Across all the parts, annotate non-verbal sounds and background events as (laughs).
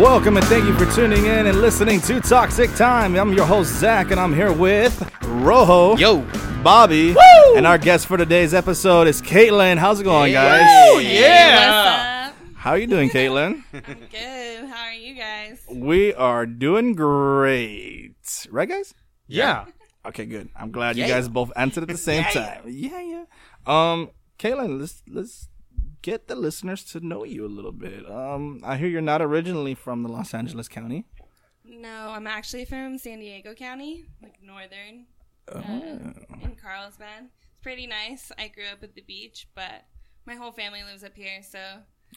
Welcome and thank you for tuning in and listening to Toxic Time. I'm your host, Zach, and I'm here with Rojo, Yo. Bobby, and our guest for today's episode is Caitlin. How's it going, guys? Yeah. How are you doing, Caitlin? What's up? Good. How are you guys? we are doing great. Right, guys? Yeah. Okay, good. I'm glad you Yeah. guys both answered at the same time. Yeah, yeah. Um, Kaylin, let's let's get the listeners to know you a little bit. Um, I hear you're not originally from the Los Angeles County. No, I'm actually from San Diego County, like northern, uh, in Carlsbad. It's pretty nice. I grew up at the beach, but my whole family lives up here, so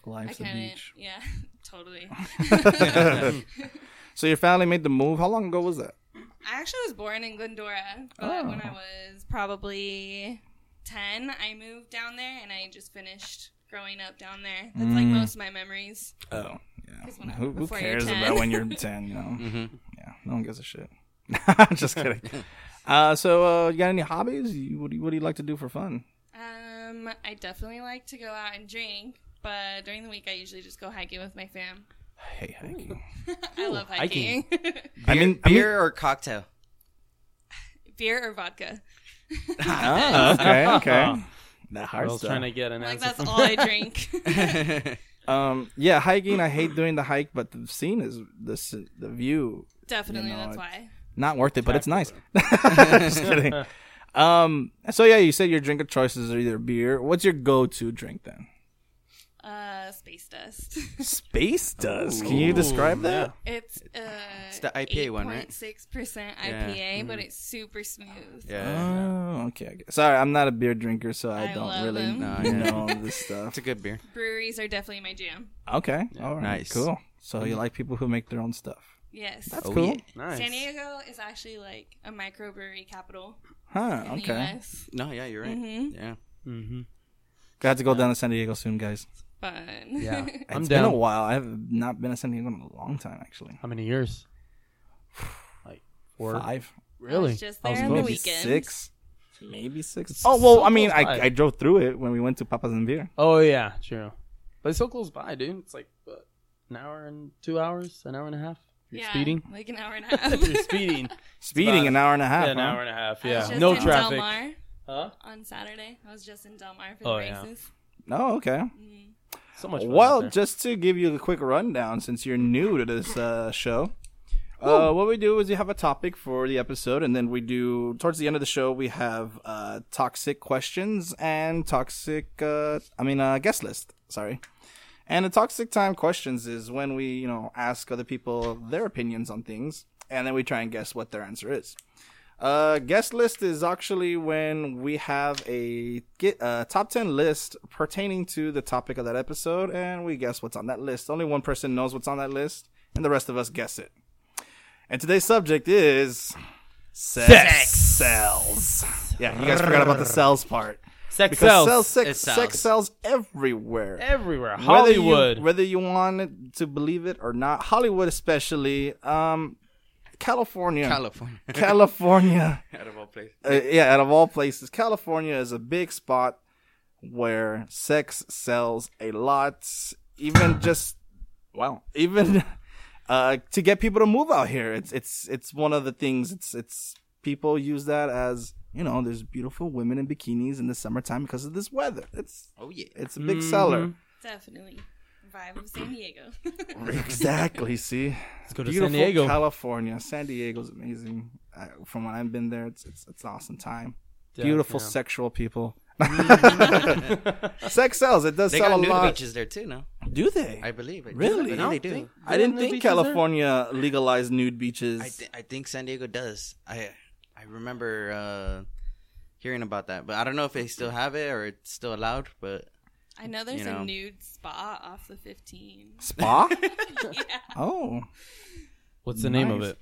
Life's I a kind of beach. yeah, (laughs) totally. (laughs) So your family made the move. How long ago was that? I actually was born in Glendora, but when I was probably 10, I moved down there and I just finished growing up down there. That's like most of my memories. Oh, Just when yeah. I- Who, who before you're cares 10. about when you're ten? You know. Yeah, no one gives a shit. (laughs) I'm just kidding. Uh, so uh, you got any hobbies? You, what do you, what do you like to do for fun? Um, I definitely like to go out and drink, but during the week I usually just go hiking with my fam. Hey, hiking. I love hiking. (laughs) hiking. I mean, I mean- beer or (laughs) cocktail? Beer or vodka. Oh, (laughs) Ah. okay, okay. That hard I was stuff. trying to get (laughs) an Like answer. that's from- all I drink. (laughs) Um, yeah, hiking. I hate doing the hike, but the scene is the s- the view definitely, You know, that's it- why. not worth it, but it's nice. (laughs) Just kidding. Um, so yeah, you said your drink of choices are either beer. What's your go to drink then? Uh, space dust. (laughs) Space dust. Can you describe that? it's uh, It's the IPA one, right? Six percent Yeah. Mm-hmm. IPA, but it's super smooth. Yeah. Oh, okay. I guess- Sorry, I'm not a beer drinker, so I, I don't love really (laughs) them. No, yeah. know this stuff. (laughs) It's a good beer. Breweries are definitely my jam. Okay, all right, Nice. cool. So you like people who make their own stuff? Yes. That's Oh, cool. yeah. (laughs) nice. San Diego is actually like a microbrewery capital in Huh? the Okay. US. No, yeah, you're right. Yeah. (laughs) Mm-hmm. Got to go down to San Diego soon, guys. Fun. (laughs) Yeah. It's I'm been down. a while. I have not been to San Diego in a long time, actually. How many years? (sighs) Like four. Five. I Really? was just I was there on the close. maybe weekend. six, maybe six. Oh well, I mean, close I, by. I drove through it when we went to Papa's and Beer. Oh yeah, true. But it's so close by, dude. It's like what, an hour and two hours, an hour and a half. If You're yeah, (laughs) speeding. Like an hour and a half. (laughs) If (laughs) You're speeding. Speeding about- an hour and a half. yeah, an huh? hour and a half. I was Yeah, just no in Del traffic. Mar Huh? on Saturday. I was just in Del Mar for Oh, the yeah. races. Oh, okay. So much. Fun out Well, there. just to give you a quick rundown, since you're new to this uh, show, uh, what we do is we have a topic for the episode, and then we do towards the end of the show we have uh, toxic questions and toxic, uh, I mean, uh, guest list. Sorry. And the toxic time questions is when we, you know, ask other people their opinions on things, and then we try and guess what their answer is. Uh, guest list is actually when we have a get, uh, top 10 list pertaining to the topic of that episode, and we guess what's on that list. Only one person knows what's on that list, and the rest of us guess it. And today's subject is sex, cells. Yeah, you guys forgot about the cells part. sex Because sells cells, sex, It sells. sex sells everywhere everywhere. whether you- Hollywood. Whether you, want to believe it or not, Hollywood especially, um, California, California. (laughs) California, Out of all places. uh, yeah, out of all places, California is a big spot where sex sells a lot. Even just wow, even (laughs) uh, to get people to move out here, it's it's it's one of the things. It's it's people use that as you know, there's beautiful women in bikinis in the summertime because of this weather. It's Oh, yeah. it's a big seller. Definitely. Vibe of San Diego. (laughs) (laughs) Exactly. See, Let's Mm-hmm. go to San Diego. California. San Diego's amazing. I, from when I've been there, it's it's, it's an awesome time. Yeah, Beautiful (laughs) yeah. sexual (laughs) people. (laughs) Sex sells. It does They sell got a nude lot. beaches there too, no? Do they? I believe. I do. Really? I I don't think they do. think- I didn't Nude think beaches there? California legalized nude beaches. I, th- I think San Diego does. I I remember uh, hearing about that, but I don't know if they still have it or it's still allowed. But I know there's You a know. nude spa off the (laughs) 15. Spa? (laughs) yeah. oh, What's the name of Nice. it?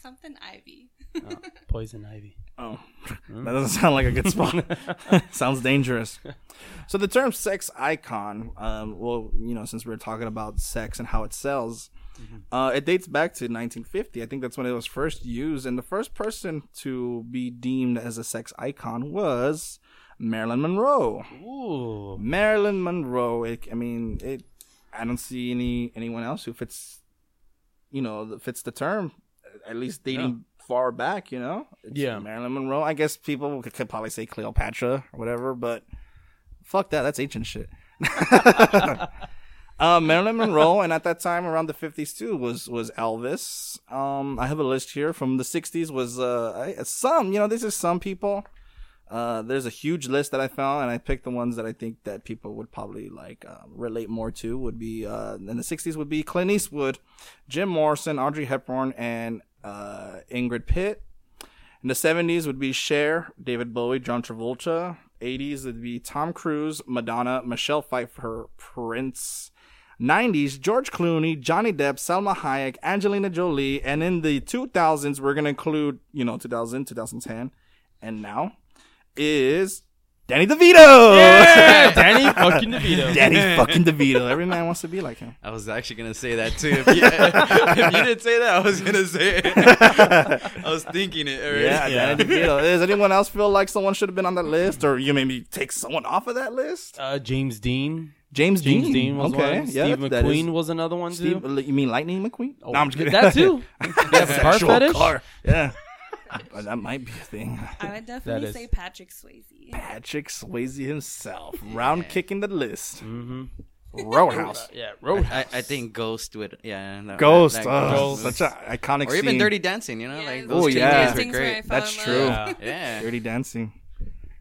Something Ivy. Oh, poison ivy. oh, Hmm? that doesn't sound like a good (laughs) spot. (laughs) Sounds dangerous. So the term sex icon, um, well, you know, since we are talking about sex and how it sells, Mm-hmm. uh, it dates back to 1950. I think that's when it was first used, and the first person to be deemed as a sex icon was Marilyn Monroe. Ooh. Marilyn Monroe. It, I mean, it I don't see any anyone else who fits, you know, that fits the term. At least dating far back, you know. It's Yeah. Marilyn Monroe. I guess people could, could probably say Cleopatra or whatever, but fuck that. That's ancient shit. (laughs) Uh, Marilyn Monroe, and at that time, around the fifties too, was was Elvis. Um, I have a list here from the sixties. Was uh, I, some, you know, this is some people. Uh, there's a huge list that I found, and I picked the ones that I think that people would probably like uh, relate more to. Would be uh, in the '60s would be Clint Eastwood, Jim Morrison, Audrey Hepburn, and uh, Ingrid Pitt. In the '70s would be Cher, David Bowie, John Travolta. '80s would be Tom Cruise, Madonna, Michelle Pfeiffer, Prince. '90s George Clooney, Johnny Depp, Selma Hayek, Angelina Jolie, and in the 2000s we're gonna include you know 2000, 2010, and now is Danny DeVito. (laughs) Danny fucking (laughs) DeVito. Danny fucking DeVito. Every man wants to be like him. I was actually gonna say that (laughs) too. If you, if you didn't say that, I was gonna say it. (laughs) I was thinking it already. Yeah, Danny DeVito. Does anyone else feel like someone should have been on that list, or you maybe take someone off of that list? Uh, James Dean. James, James Dean, Dean. was okay, one. yeah, Steve that is- McQueen was another one too. Steve, you mean Lightning McQueen? Oh, no, I'm just kidding. (laughs) That too. They have a car Actual fetish. car. Yeah, Uh, that might be a thing. I would definitely is- say Patrick (laughs) Swayze. Patrick Swayze himself, round kicking the list. Mm-hmm. Roadhouse. Yeah, (laughs) Roadhouse. I, I think Ghost would. Yeah. that- Ghost, that- oh, that Ghost. such an iconic Or even scene. Dirty Dancing. You know, Yeah, like those those Oh, two yeah. movies Things were where I great. fell That's in true. love. Yeah. Yeah. (laughs) Dirty Dancing.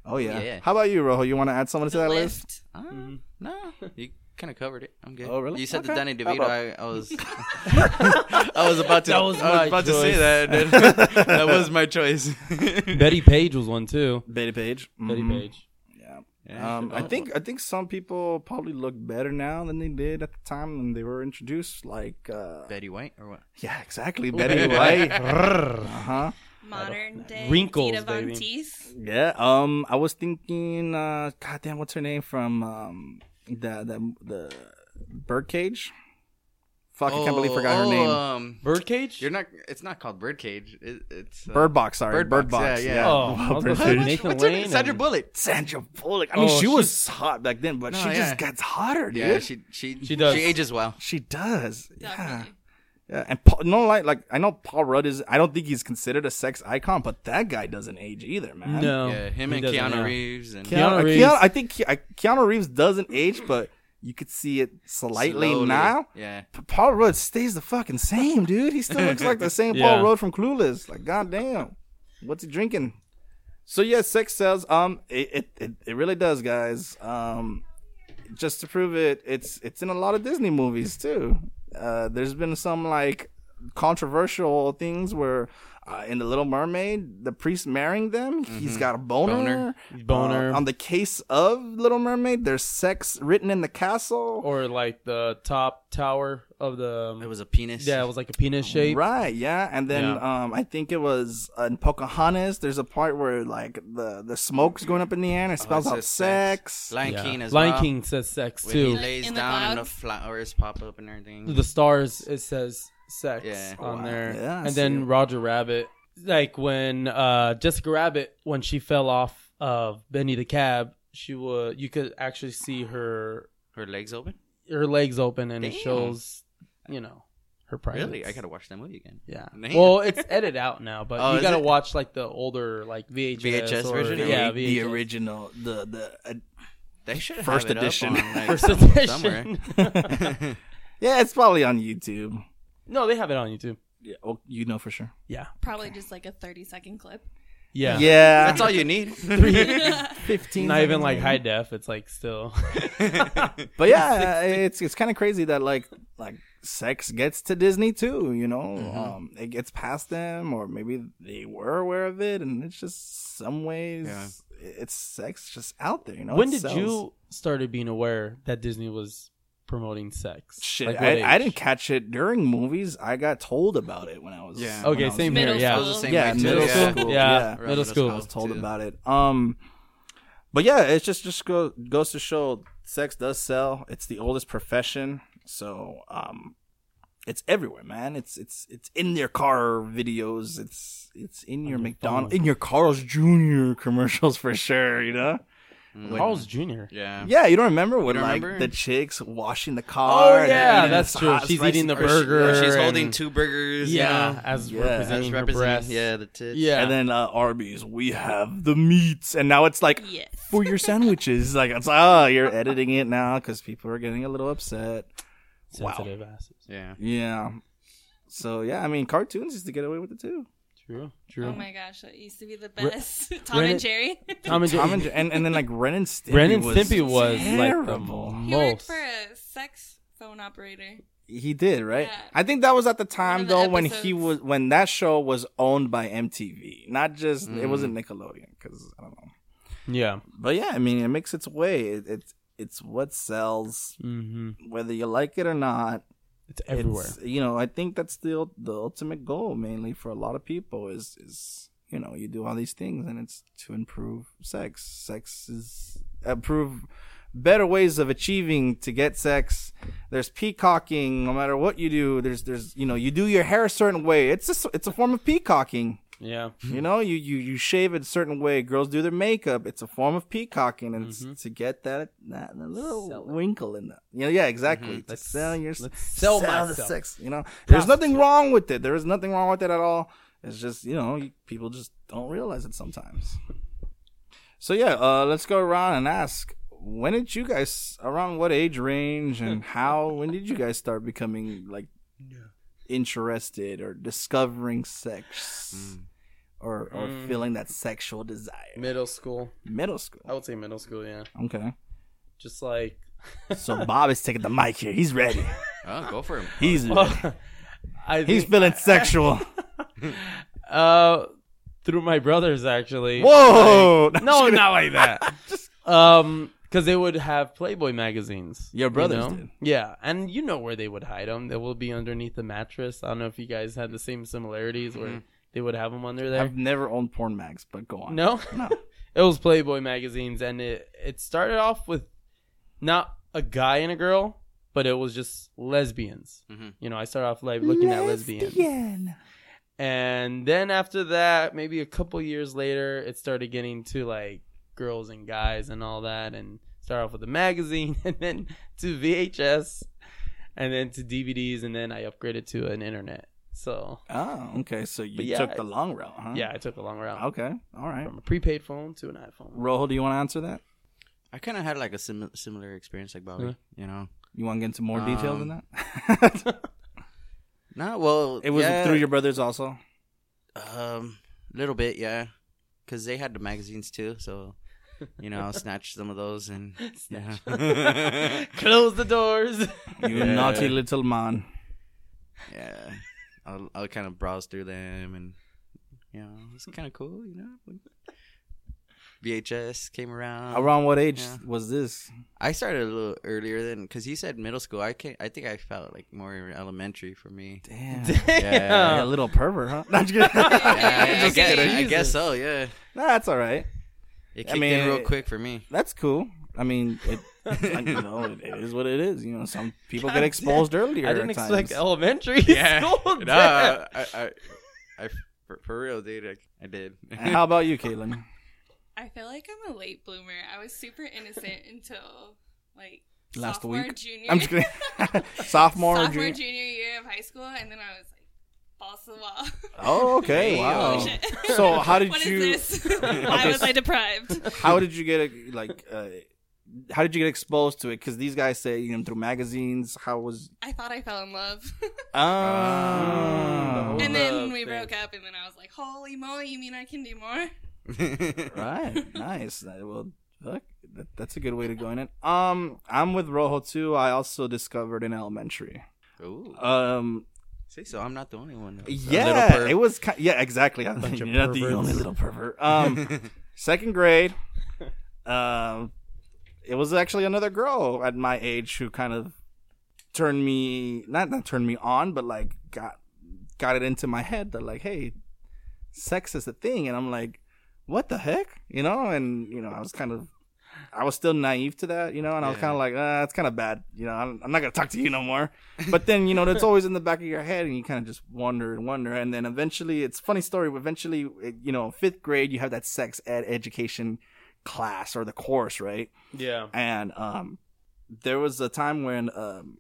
Oh yeah. Yeah. How about you, Rojo? You want to add someone to that list? Lift. Ah, Mm-hmm. No, you kind of covered it. I'm good. Oh, really? You said the Okay. Danny How DeVito. about- I, I was, (laughs) I was (laughs) about to. That was I my was about to say choice. that. and then- that was my choice. (laughs) Betty Page was one too. Betty Page. Betty Mhm. Page. Yeah. Yeah, Oh, um, I forgot think I think some people probably look better now than they did at the time when they were introduced. Like, uh, Betty White or what? yeah, exactly, Betty (laughs) White. uh huh. Modern day. Wrinkles, Dita Von baby. Teese. Yeah. Um, I was thinking, uh, goddamn, what's her name from um the the the Birdcage? Fuck, I can't believe I forgot her Oh, name. Um, Birdcage. you're not. It's not called Birdcage. It, it's uh, Bird Box, sorry, Bird Bird, Box, Box. yeah, yeah. yeah. Oh, I (laughs) was gonna say Birdcage. Nathan What's her name? Lane Sandra and- Bullock. Sandra Bullock. I mean, Oh, she was hot back then, but No, she yeah. just gets hotter, dude. Yeah, she she She does. She ages well. She does. Yeah. Definitely. Yeah. And Paul, no, like, like I know Paul Rudd is. I don't think he's considered a sex icon, but that guy doesn't age either, man. No. yeah, him Oh, he and doesn't, Keanu yeah. Reeves and Keanu Keanu, Reeves. Keanu- I think Ke- I- Keanu Reeves doesn't age, but you could see it slightly Slowly. now. Yeah, But Paul Rudd stays the fucking same, dude. He still looks like the (laughs) same Yeah. Paul Rudd from Clueless. Like, goddamn, what's he drinking? So yeah, sex sells. Um, it it, it, it really does, guys. Um, just to prove it, it's it's in a lot of Disney movies too. Uh, there's been some like controversial things where uh, in the Little Mermaid, the priest marrying them, he's got a boner. Mm-hmm. Boner. Boner. Uh, on the case of Little Mermaid, there's sex written in the castle. or like the top tower of the. it was a penis. yeah, it was like a penis shape. Right, yeah. And then Yeah. um I think it was in Pocahontas, there's a part where like the the smoke's going up in the air and it spells Oh, out it's just sex. Lion Yeah. King as Lion well. King says sex When he too. Like lays in the down and the clouds? flowers pop up and everything. The stars it says sex Mm-hmm. Yeah. on Wow. there, Yeah, I and see then it. Roger Rabbit, like when uh, Jessica Rabbit when she fell off of Benny the Cab, she would you could actually see her Her legs open. her legs open and it Damn. shows you know her privates. Really, I gotta watch that movie again. Yeah. Man. Well, it's edited out now, but Oh, you is gotta it? watch like the older like VHS, VHS or, version? Yeah, The- the VHS. original the the uh, They should have First it up edition. on, like, First some- edition. somewhere. Yeah, it's probably on YouTube. (laughs) no, they have it on YouTube. Yeah, oh, you know for sure. Yeah, Probably just like a 30 second (laughs) clip. (laughs) yeah, Yeah. (laughs) That's all you (laughs) need. (laughs) Fifteen. Not even seconds like maybe. high def. It's like still. But yeah, it's it's kind of crazy that like like sex gets to Disney too. You know, Mm-hmm. um, it gets past them, or maybe they were aware of it, and it's just some ways Yeah. it's sex just out there. You know, when It did sells. you started being aware that Disney was promoting sex? Shit, Like, what age? I, I didn't catch it during movies. I got told about it when I was Yeah. when Okay, I was- same Middle here. Yeah, I was the same yeah, way too. middle yeah. school. yeah, Yeah. Around middle middle school. I was told too. about it. Um, but yeah, it's just just go, goes to show sex does sell. It's the oldest profession, so um, it's everywhere, man. It's it's it's in your car videos. It's it's in your your McDonald's, (laughs) phone. in your Carl's Jr. commercials for sure. You know, Mm. When- Carl's Jr. Yeah. Yeah, you don't remember when don't like remember? the chicks washing the car? and Oh, yeah, eating that's this true. hot, She's spicy- eating the or Or she- burger or she's holding and- two burgers. Yeah, You know? as Yeah. representing As her representing, breasts. yeah, the tits. Yeah. And then uh, Arby's, we have the meats, and now it's like Yes. for your sandwiches. Like it's ah, you're editing it now because people are getting a little upset. Wow. sensitive asses. Yeah. Yeah. So yeah, I mean, cartoons used to get away with it too. True, true. Oh my gosh, that used to be the best. (laughs) Tom Ren- and Jerry. Tom and Tom Jerry. and, and and then like Ren and Stimpy. Ren and was Stimpy was like the terrible. he worked most. for a sex phone operator. He did right. Yeah. I think that was at the time of the though when he episodes. was when that show was owned by MTV, not just it Mm. wasn't Nickelodeon because I don't know. Yeah. But yeah, I mean, it makes its way. It, it's it's what sells, Mm-hmm. whether you like it or not. It's everywhere. It's, you know, I think that's the ul- the ultimate goal, mainly for a lot of people, is is you know you do all these things and it's to improve sex. Sex is improve better ways of achieving to get sex. There's peacocking. No matter what you do, there's there's you know you do your hair a certain way. It's a, s- it's a form of peacocking. yeah. You know, you, you you shave it a certain way. Girls do their makeup. It's a form of peacocking, and it's Mhm. to get that that little Sell it. wrinkle in the yeah yeah exactly. Mhm. To sell your let's sell the myself. sex. You know, there's nothing wrong with it. There is nothing wrong with it at all. It's just you know you, people just don't realize it sometimes. So yeah, uh, let's go around and ask. When did you guys around what age range (laughs) and how? When did you guys start becoming like interested or discovering sex? Mm. or, or Mm. feeling that sexual desire. Middle school. Middle school. I would say middle school, yeah. Okay. Just like So Bob is taking the mic here. He's ready. Oh, go for him. (laughs) He's ready. (laughs) I think, He's (laughs) feeling sexual. uh through my brothers actually. Whoa! (laughs) Like- no, not like that. um because they would have Playboy magazines. Your you brothers know? did. Yeah, and you know where they would hide them. They will be underneath the mattress. I don't know if you guys had the same similarities where Mhm. they would have them under there. Mm-hmm. I've never owned porn mags, but go on. No, (laughs) No. it was Playboy magazines, and it it started off with not a guy and a girl, but it was just lesbians. Mhm. You know, I started off like looking at lesbians. Mm-hmm. Lesbian. And then after that, maybe a couple years later, it started getting to like girls and guys and all that, and start off with a magazine, (laughs) and then to VHS, and then to DVDs, and then I upgraded to an internet. So Oh, okay. So you But yeah, took the long route, huh? yeah, I took a long route Okay. All right. from a prepaid phone to an (laughs) iPhone. Rojo, do you want to answer that? I kind of had like a sim- similar experience like Bobby. Yeah. You know. You want to get into more detail than Um, that? (laughs) No, well, it was yeah, through your brothers also. um little bit, yeah, because they had the magazines too. So, you know, (laughs) I'll snatch some of those and yeah. (laughs) Close (laughs) the doors. (laughs) You Yeah. naughty little man. yeah, I'll, I'll kind of browse through them and you know it's kind of cool, you know. VHS came Um, around. Around what age yeah. was this? I started a little earlier than because he said middle school. I can not I think I felt like more elementary for me. (laughs) Damn. Damn. Um, Yeah, a little pervert, huh? (laughs) No, I'm (laughs) just kidding. (laughs) Yeah, I, Just guess, kidding. I guess Jesus. so. Yeah, Nah, that's all right. it I kicked mean, in real it- quick (laughs) for me. That's cool. I mean, it, I, (laughs) you know, it is what it is. You know, some people get exposed earlier. I didn't at expect times. (laughs) (laughs) elementary (laughs) school. Nah, damn. I, I, I- for, for real, dude. I, I did. (laughs) And How about you, Caitlin? I feel like I'm a late bloomer. I was super innocent until like Last sophomore, week? junior. I'm just kidding. Sophomore, or sophomore, junior. junior. year of high school, and then I was like, balls to the wall. (laughs) Oh, okay. Hey, wow. oh, shit. So (laughs) how did What you? (laughs) is this? Okay, Why was so- I deprived? How did you get like? Uh, how did you get exposed to it? Because these guys say you know through magazines. How was? I thought I fell in love, Ah, Oh, and love then we thing. broke up, and then I was like, "Holy moly! You mean I can do more?" Oh, right. Nice. Uh, Well, look, that, that's a good way to go in it. Um, I'm with Rojo too. I also discovered in elementary. Ooh. Um, See, so I'm not the only one. A little Yeah, perv. it was. Kind yeah, exactly. (laughs) You're Bunch of not the perverts. only little pervert. Um, (laughs) second grade, um, it was actually another girl at my age who kind of turned me not not turned me on, but like got got it into my head that like, hey, sex is a thing, and I'm like, what the heck, you know? And you know, I was kind of. I was still naive to that, you know, and I was Yeah. kind of like, ah, it's kind of bad, you know. I'm, I'm not gonna talk to you no more. But then you know that's always in the back of your head, and you kind of just wonder and wonder, and then eventually it's a funny story. Eventually, it- you know, fifth grade, you have that sex ed education class or the course, right? Yeah. and um, there was a time when um,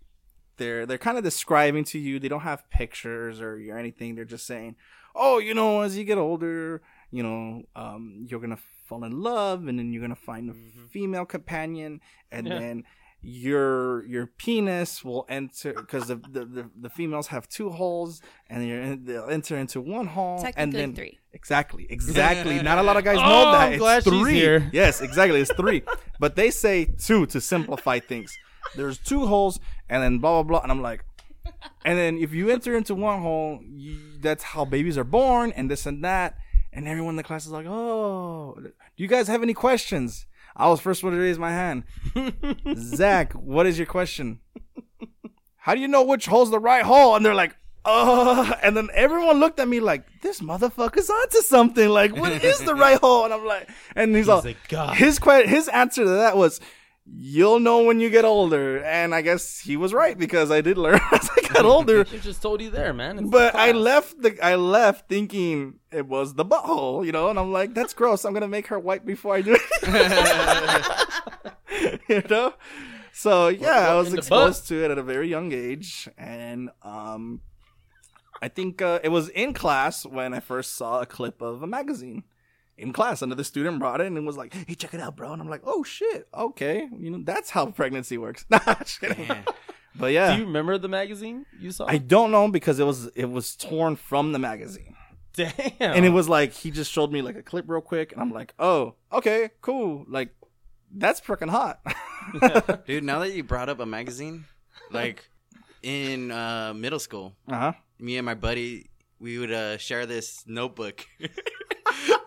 they're they're kind of describing to you. They don't have pictures or, or anything. They're just saying, "Oh, you know, as you get older, you know, um, you're gonna fall in love, and then you're gonna find a Mhm. female companion, and Yeah. then." Your your penis will enter because the, the, the the females have two holes and you're in, they'll enter into one hole and Technically then three. Exactly, exactly. Not a (laughs) lot of guys Oh, know that. I'm it's glad she's three. here. Yes, exactly. It's three. but they say two to simplify things. There's two holes, and then blah blah blah. And I'm like, and then if you enter into one hole, you, that's how babies are born, and this and that. And everyone in the class is like, oh, do you guys have any questions? I was first one to raise my hand. Zach, what is your question? How do you know which hole's the right hole? And they're like, uh, and then everyone looked at me like, this motherfucker's onto something. Like, what is the right hole? And I'm like, and he's, all, like, "God." his que- his answer to that was, you'll know when you get older. And I guess he was right because I did learn (laughs) as I got older. She just told you there, man. It's But the I class. left the I left thinking it was the butthole, you know, and I'm like, that's gross. I'm gonna make her white before I do (laughs) it, (laughs) you know. So yeah, I was in the exposed to it at a very young age, and um, I think uh, it was in class when I first saw a clip of a magazine. In class, another student brought it and was like, "Hey, check it out, bro!" And I'm like, "Oh shit, okay, you know that's how pregnancy works." (laughs) Nah, just kidding. Yeah. But yeah, Do you remember the magazine you saw? I don't know because it was it was torn from the magazine. (laughs) Damn. And it was like he just showed me like a clip real quick and I'm like, "Oh, okay, cool. Like that's freaking hot." (laughs) (laughs) Yeah. Dude, now that you brought up a magazine, like in uh, middle school, uh-huh. me and my buddy we would uh, share this notebook (laughs)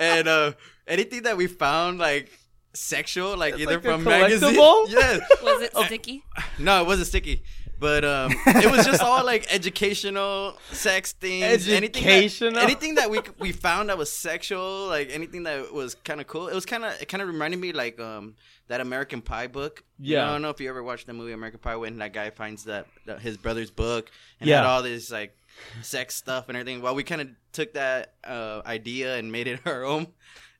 and uh, anything that we found like sexual like either like a from magazine (laughs) collectible? yes Was it Oh. sticky? no it wasn't sticky but um, it was just all like educational sex things anything Educational? that, anything that we we found that was sexual like anything that was kind of cool it was kind of it kind of reminded me like um that American Pie book You know, Yeah. I don't know if you ever watched the movie American Pie when that guy finds that, that his brother's book and Yeah. had all this like sex stuff and everything. Well, we kind of took that uh, idea and made it (laughs) our own.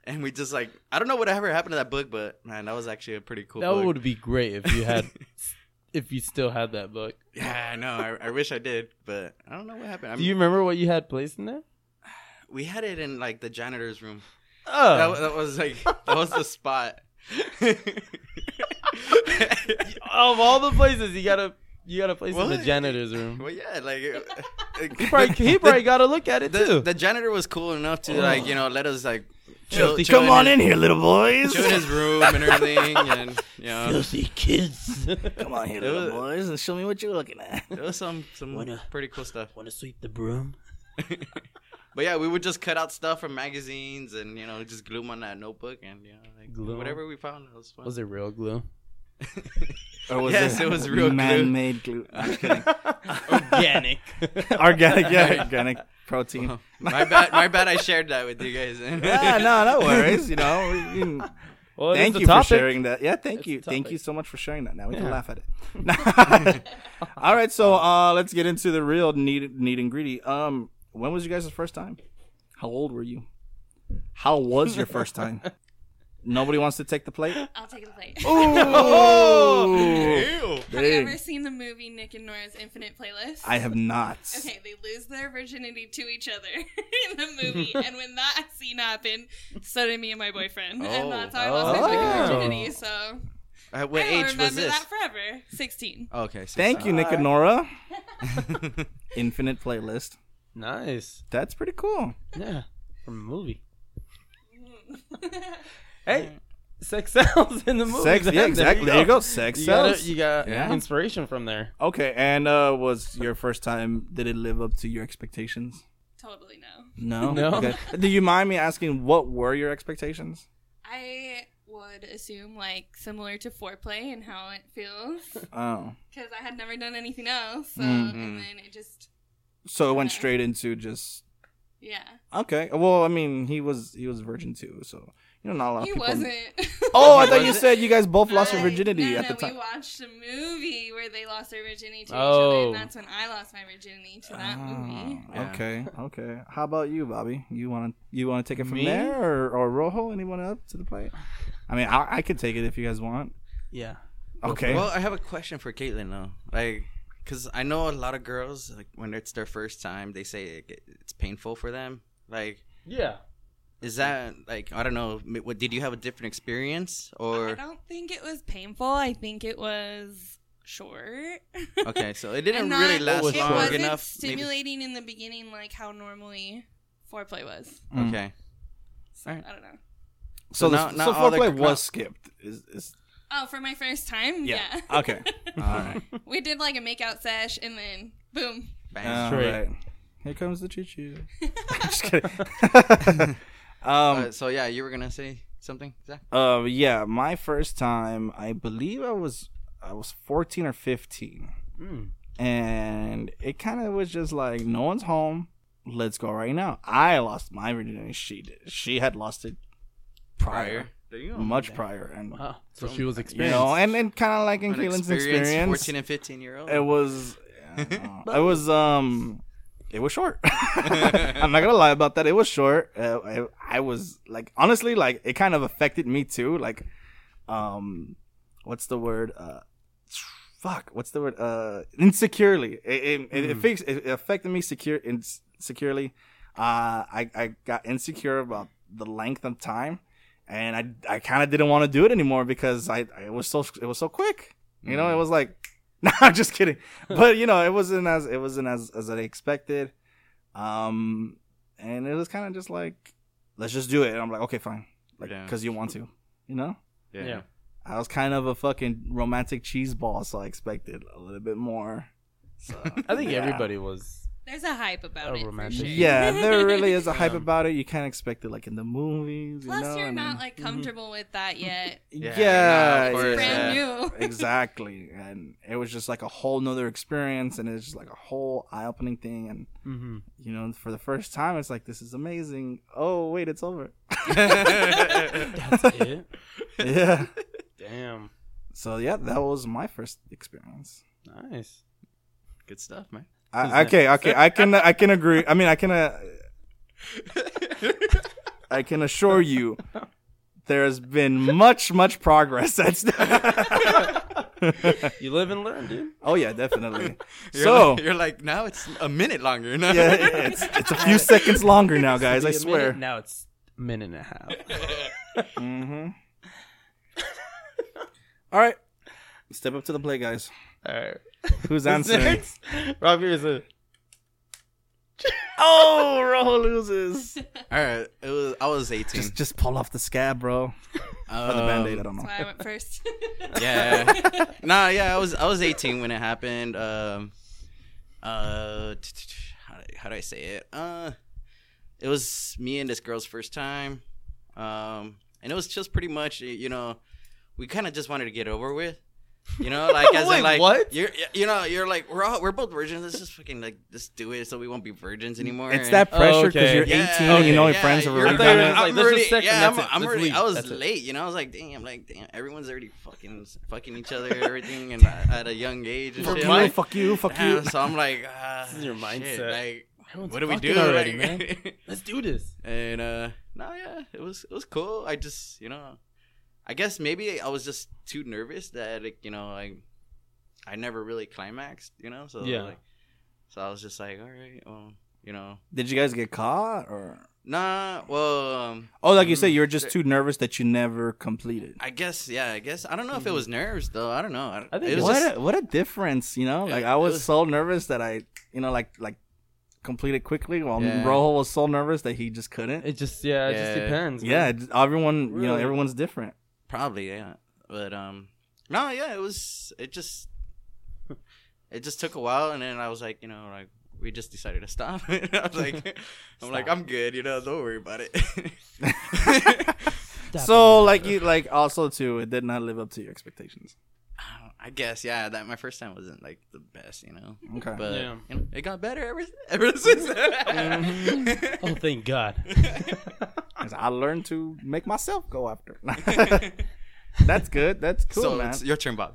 And we just like I don't know whatever happened to that book, but man, that was actually a pretty cool. that book. would be great if you (laughs) had, if you still had that book. Yeah, I know. I, I wish I did, but I don't know what happened. I Do you mean, remember what you had placed in there? we had it in like the janitor's room. Oh, That, wa- that was like that was the spot. (laughs) of all the places you gotta, you gotta place in the What? janitor's room. (laughs) well, yeah, like it- it- He probably, he probably got to look at it the, too. the janitor was cool enough to like you know let us like chill, Filthy- chill Come on his, in here, little boys. chill in his room and everything, and you know Filthy (laughs) kids. (laughs) Come on here, little boys, and show me what you're looking at. it was some some Wanna- pretty cool stuff. Want to sweep the broom? But yeah, we would just cut out stuff from magazines and you know just glue 'em on that notebook and you know like, Glue 'em? whatever we found it was fun. Was it real glue? Or Yes, it was real glue. man-made glue. (laughs) I'm just kidding. (laughs) Organic. (laughs) organic, yeah, organic protein. Oh, (laughs) my bad, my bad. I shared that with you (laughs) guys. Yeah, no, no worries. You know, we- you- Well, it is thank the you topic. for (laughs) sharing that. Yeah, thank It's you, the thank topic. you so much for sharing that. Now we can Yeah. laugh at it. (laughs) All right, so uh, let's get into the real neat, neat and greedy. Um, when was you guys' first time? How old were you? How was your first time? Nobody wants to take the plate. I'll take the plate. (laughs) Oh. Ooh, Have you Dang. ever seen the movie Nick and Nora's Infinite Playlist? I have not. Okay, they lose their virginity to each other (laughs) in the movie, (laughs) and when that scene happened, so did me and my boyfriend, and that's how I lost my Oh. fucking virginity. So At Uh, what I don't age remember was this? Oh, that forever. (laughs) Sixteen. Okay, so Thank you, Nick and Nora. (laughs) Infinite playlist. Nice. That's pretty cool. Yeah. From a movie. Mm. Hey, sex sells in the movie. Sex, yeah, exactly. There you go. Sex You sells. got, you got Yeah. inspiration from there. Okay, and uh was your first time? Did it live up to your expectations? totally no. No. No. Okay. Do you mind me asking what were your expectations? I would assume like similar to foreplay and how it feels, Oh, because I had never done anything else, so, Mhm. Mm-hmm. and then it just so it went Yeah. straight into just yeah. okay. Well, I mean, he was he was a virgin too, so You know, not a lot of He people. wasn't. (laughs) Oh, I He thought you wasn't? said you guys both lost your I- virginity no, at no, the time. We watched a movie where they lost their virginity to each other, Oh. and that's when I lost my virginity to that movie. Oh, Yeah. (laughs) Okay, okay. How about you, Bobby? You want to you want to take it from Me? there, or, or Rojo? Anyone up to the plate? I mean, I, I could take it if you guys want. Yeah. Okay. Well, I have a question for Caitlin though, like, cause I know a lot of girls like when it's their first time, they say like, it's painful for them. Like, Yeah. is that like I don't know? m- What did you have a different experience I or? don't think it was painful. I think it was short. Okay, so it didn't And not- really last was it long short. wasn't enough. maybe- stimulating in the beginning like how normally foreplay was. Mm. Okay. So, Alright. I don't know. So So the, now- now so all the- foreplay was now- skipped. Is, (laughs) is Oh, for my first time, yeah. yeah. Okay. All right. (laughs) we did like a makeout sesh, and then boom. Bang. All Straight. right. Here comes the choo (laughs) choo. Just (laughs) kidding. um. Uh, so yeah, you were gonna say something, Zach? Uh. Yeah. My first time. I believe I was I was fourteen or fifteen. Mm. and it kind of was just like no one's home let's go right now i lost my virginity she did she had lost it prior, There you go. much prior and Wow. So she was you experienced. know and, and kind of like in An Caitlin's experienced experience fourteen and fifteen year old. it was I don't know. it was um it was short (laughs) i'm not gonna lie about that it was short uh, I, I was like honestly like it kind of affected me too like um what's the word uh fuck what's the word uh insecurely it it, it, Mm. affects- it affected me secure in, securely uh i i got insecure about the length of time and i i kind of didn't want to do it anymore because i it was so it was so quick you know it was like (laughs) no i'm just kidding but you know it wasn't as it wasn't as as i expected um and it was kind of just like let's just do it and i'm like okay fine like Yeah. because you want to you know Yeah. I was kind of a fucking romantic cheese ball, so I expected a little bit more. So, I think yeah. everybody was. There's a hype about Oh, it. for romantic. sure. Yeah, there (laughs) really is a hype Um, about it. You can't expect it like in the movies. You Plus, know, you're and not then- like comfortable with that yet. Yeah, Yeah, no, of yeah, course, Brand yeah. new. exactly. And it was just like a whole nother experience, and it's just like a whole eye-opening thing. And Mm-hmm. you know, for the first time, it's like this is amazing. Oh wait, it's over. (laughs) That's it. yeah. Damn. So yeah, that was my first experience. Nice. Good stuff, man. I, Who's next? okay, okay, I can, I can agree. I mean, I can, uh, I can assure you, there has been much, much progress. That's. (laughs) You live and learn, dude. oh yeah, definitely. You're so like, (laughs) you're like now it's a minute longer. You know? yeah, it's it's a few seconds longer now, guys. I Be a minute. swear. Now it's a minute and a half. Mm-hmm. (laughs) All right, step up to the plate, guys. All right. Who's (laughs) Who's answering? next? Rob, here's a. (laughs) Oh, Rojo loses. (laughs) All right. It was. I was eighteen. Just just pull off the scab, bro. Or the Um, band-aid. I don't That's know. why I went (laughs) first. (laughs) Yeah. nah. Yeah. I was. I was eighteen when it happened. Um. Uh. t- t- t- How do, how do I say it? Uh. It was me and this girl's first time. Um. And it was just pretty much. You know, we kind of just wanted to get over with. You (laughs) know, like as Wait, in like what? you're you know you're like we're all, we're both virgins. Let's just fucking like just do it so we won't be virgins anymore. It's and- that pressure because Okay. you're 18 Yeah, and Oh, you know your yeah, friends have you're already I thought you done were it. just I'm already- like, let's just sex and yeah, that's I'm, it. I'm Let's already, leave. I was That's it. late, you know. I was like, damn, like, damn, everyone's already fucking fucking each other, everything, (laughs) and at a young age and Fuck shit. you, I'm like, fuck you, fuck you. damn, So I'm (laughs) like, ah, This is your shit, mindset. like, Everyone's what do we fucking do already, Like- man? Let's do this. (laughs) and uh, no, yeah, it was it was cool. I just, you know, I guess maybe I was just too nervous that, like, you know, I I never really climaxed, you know. So Yeah. like, so I was just like, all right, well, you know, Did you guys get caught or? nah, well. Um, Oh, like you said, Mm. you were just too nervous that you never completed. I guess, yeah. I guess I don't know if it was nerves though. I don't know. I, Mm-hmm. I think it was what just- a, what a difference, you know? Like Yeah, I it was, was- so nervous that I, you know, like like completed quickly, while Yeah. Rojo was so nervous that he just couldn't. It just yeah, it just Yeah. depends. man. yeah, it- everyone, you know, Really? everyone's different. probably yeah, but um, no, yeah. It was. It just. It just took a while, and then I was like, you know, like we just decided to stop. (laughs) I was like, (laughs) I'm like, Stop. I'm good. You know, don't worry about it. (laughs) Stop so like you like also too, it did not live up to your expectations. I guess yeah. That my first time wasn't like the best, you know, Okay. but Yeah. you (laughs) Mm-hmm. know, it got better ever ever since. Mhm. Oh, thank God. I learned to make myself go (laughs) after. (laughs) Oh. (laughs) That's good. That's cool, so man. it's your turn, Bob.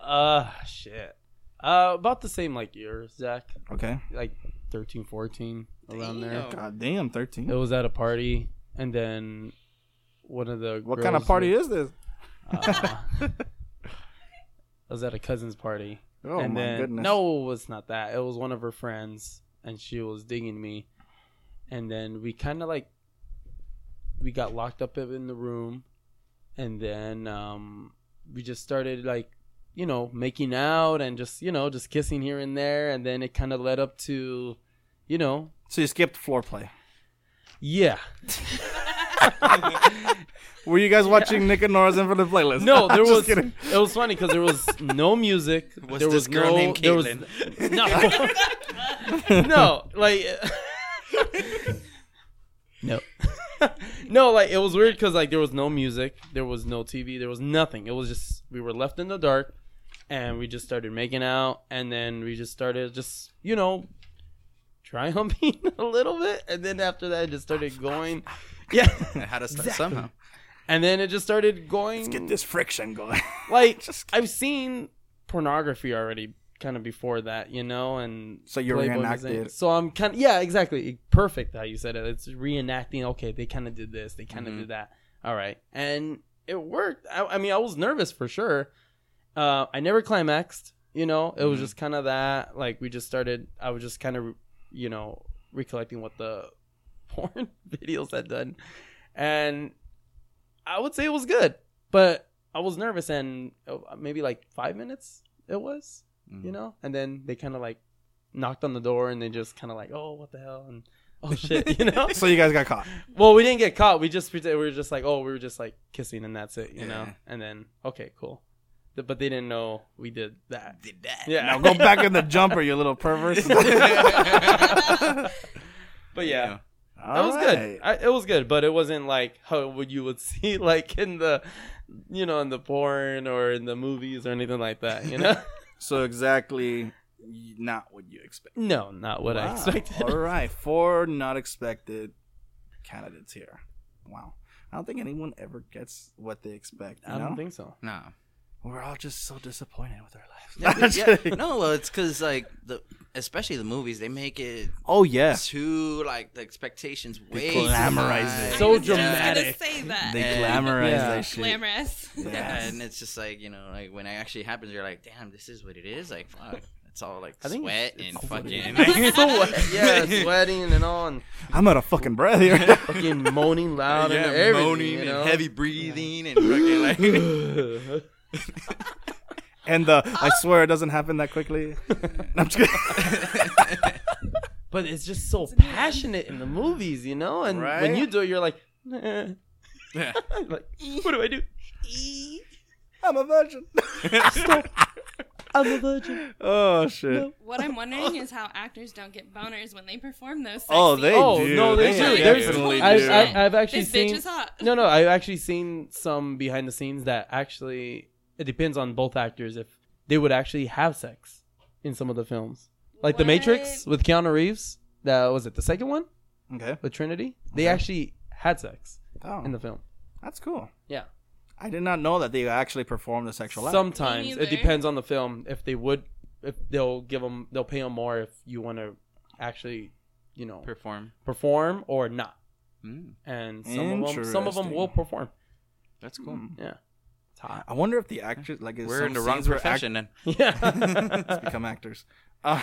Uh, shit. Uh, about the same like yours, Zach. Okay. Like 13, 14, around there. Damn. God damn, thirteen. It was at a party, and then one of the What kind of party is this? Uh, (laughs) I was at a cousin's party. Oh and my then, goodness. No, it was not that. It was one of her friends, and she was digging me. And then we kind of like we got locked up in the room, and then um, we just started like you know making out and just you know just kissing here and there, and then it kind of led up to you know So you skipped floor play. (laughs) yeah Were you guys watching (laughs) Nick and Nora's Infinite Playlist? no (laughs) there Just was kidding. it was funny because there was (laughs) no music Was there this was girl no named there was Caitlin? no (laughs) no, like (laughs) no, (laughs) no, like it was weird because like there was no music, there was no TV, there was nothing. It was just we were left in the dark, and we just started making out, and then we just started just you know (laughs) triumphing a little bit, and then after that it just started going, yeah, (laughs) I had to start (laughs) somehow. and then it just started going. Let's get this friction going. (laughs) Like I've seen pornography already, kind of before that, you know, and So you Playboy reenact magazine. it. So I'm kind of yeah, exactly. Perfect how you said it. It's reenacting. Okay, they kind of did this. They kind of Mhm. did that. All right, and it worked. I, I mean, I was nervous for sure. Uh, I never climaxed. You know, it was Mhm. just kind of that. Like we just started. I was just kind of you know recollecting what the (laughs) porn videos had done, and I would say it was good, but I was nervous, and uh, maybe like five minutes it was Mm. you know and then they kind of like knocked on the door and they just kind of like oh what the hell and oh shit (laughs) you know so you guys got caught. well we didn't get caught we just pretend we were just like oh we were just like kissing and that's it you know Yeah. and then okay cool Th- but they didn't know we did that Did that. yeah Now go back in the jumper, you little perverts. (laughs) (laughs) but yeah, that was good I, it was good but it wasn't like how would you would (laughs) see like in the you know in the porn or in the movies or anything like that you know So exactly not what you expect. (laughs) no not what i Wow. expected All right, four not expected candidates here. Wow. I don't think anyone ever gets what they expect. You i know? don't think so (laughs) No. We're all just so disappointed with our Yeah, lives. (laughs) yeah. No, well, it's because like the especially the movies they make it Oh yeah. too like the expectations way too glamorize high. it. So I was dramatic. Just gonna say that. They And- glamorize Yeah. that shit. Glamorous. (laughs) Yeah, Yes. and it's just like you know, like when it actually happens, you're like, damn, this is what it is. Like, fuck, it's all like I think sweat it's- and (laughs) it's what it fucking. (laughs) is. Sweat, yeah, (laughs) sweating and all, and I'm out of fucking breath here. (laughs) (laughs) fucking moaning loud and yeah, everything, moaning you know? and heavy breathing and (laughs) fucking like. (laughs) and the I swear it doesn't happen that quickly. (laughs) I'm just kidding. (laughs) but it's just so passionate in the movies, you know. And when Right? you do it, you're like, nah. Yeah. (laughs) like, what do I do? E. I'm a (laughs) virgin. I'm a virgin. oh shit. No. What I'm wondering is how actors don't get boners when they perform those. Sexy Oh, they Oh, do. no, they do. There's- definitely I've, do. I, I've actually This bitch seen is hot. no, no. I've actually seen some behind the scenes that actually it depends on both actors if they would actually have sex in some of the films, like The What? Matrix with Keanu Reeves. That was it. The second one okay. with Trinity. They actually had sex in Oh, the film. that's cool. Yeah. I did not know that they actually performed the sexual act. Sometimes Me it neither. depends on the film. If they would, if they'll give them, they'll pay them more if you want to actually, you know, Perform. perform or not. Mm, And some of them, some of them Interesting. will perform. that's cool. Hmm. Yeah, (laughs) it's hot. I wonder if the actors like is We're some in the wrong scenes where act- profession then. (laughs) Let's Yeah. become actors uh,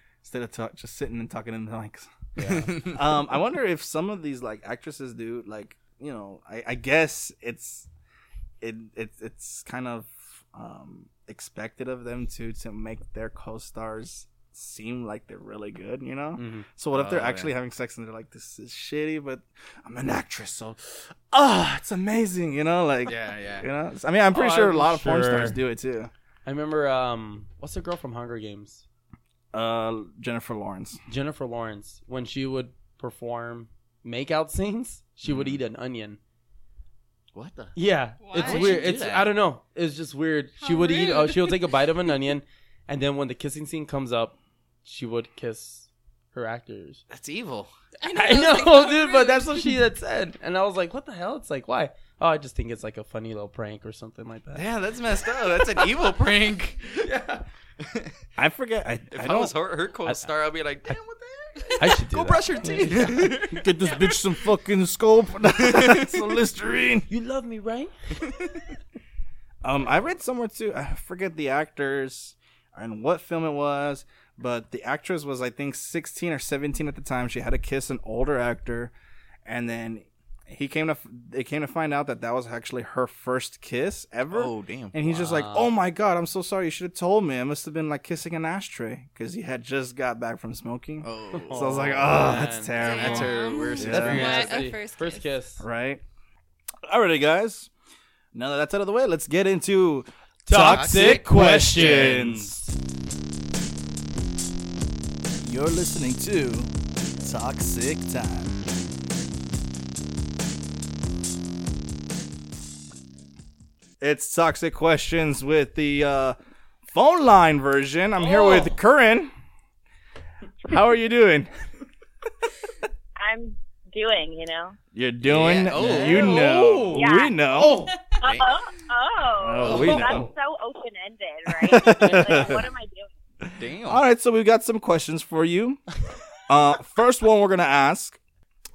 (laughs) instead of talk, just sitting and talking in the mics. (laughs) um, I wonder if some of these like actresses do like you know I, I guess it's it, it it's kind of um, expected of them to to make their co-stars seem like they're really good you know Mhm. so what if they're Oh, actually yeah. having sex and they're like this is shitty but I'm an actress so ah it's amazing you know like yeah, you yeah. know I mean I'm pretty Oh, sure I'm a lot of porn sure. stars do it too I remember um, what's the girl from Hunger Games? uh Jennifer Lawrence Jennifer Lawrence. When she would perform makeout scenes, she would Mhm. Mm-hmm. eat an onion. What the? Yeah, Why would it's she weird. do It's that? I don't know. It's just weird. she How would eat. Uh, rude. (laughs) she would take a bite of an onion, and then when the kissing scene comes up, she would kiss her actors. That's evil. I was know, like, how dude, but rude. that's what she had said, and I was like, "What the hell?" It's like, why? Oh, I just think it's like a funny little prank or something like that. Yeah, that's messed up. That's an (laughs) evil prank. Yeah. I forget. I, If I I, don't was her, her co-star, I'd be like, damn, what the heck? I should do Go that. brush your teeth. (laughs) get this bitch some fucking scope, (laughs) some Listerine. You love me, right? Um, I read somewhere too. I forget the actors and what film it was, but the actress was I think 16 or 17 at the time. She had to kiss an older actor, and then he came to. f- They came to find out that that was actually her first kiss ever. oh, damn. And he's just like, Wow. "Oh my god, I'm so sorry. You should have told me. I must have been like kissing an ashtray because he had just got back from smoking." Oh. (laughs) so I was like, "Oh, man. that's Damn. terrible." That's her worst Yeah. experience. What a first kiss. kiss. Right. Alrighty, guys. Now that that's out of the way, let's get into Toxic You're listening to Toxic Time. It's Toxic Questions with the uh, phone line version. I'm Oh. here with Curran. How are you doing? I'm doing, you know. You're doing. Yeah. Oh. You know. Yeah. We know. Oh, Right. oh, Oh, we that's know. so open (laughs) ended, right? like, what am I doing? Damn. All right, so we've got some questions for you. Uh, first one we're gonna ask,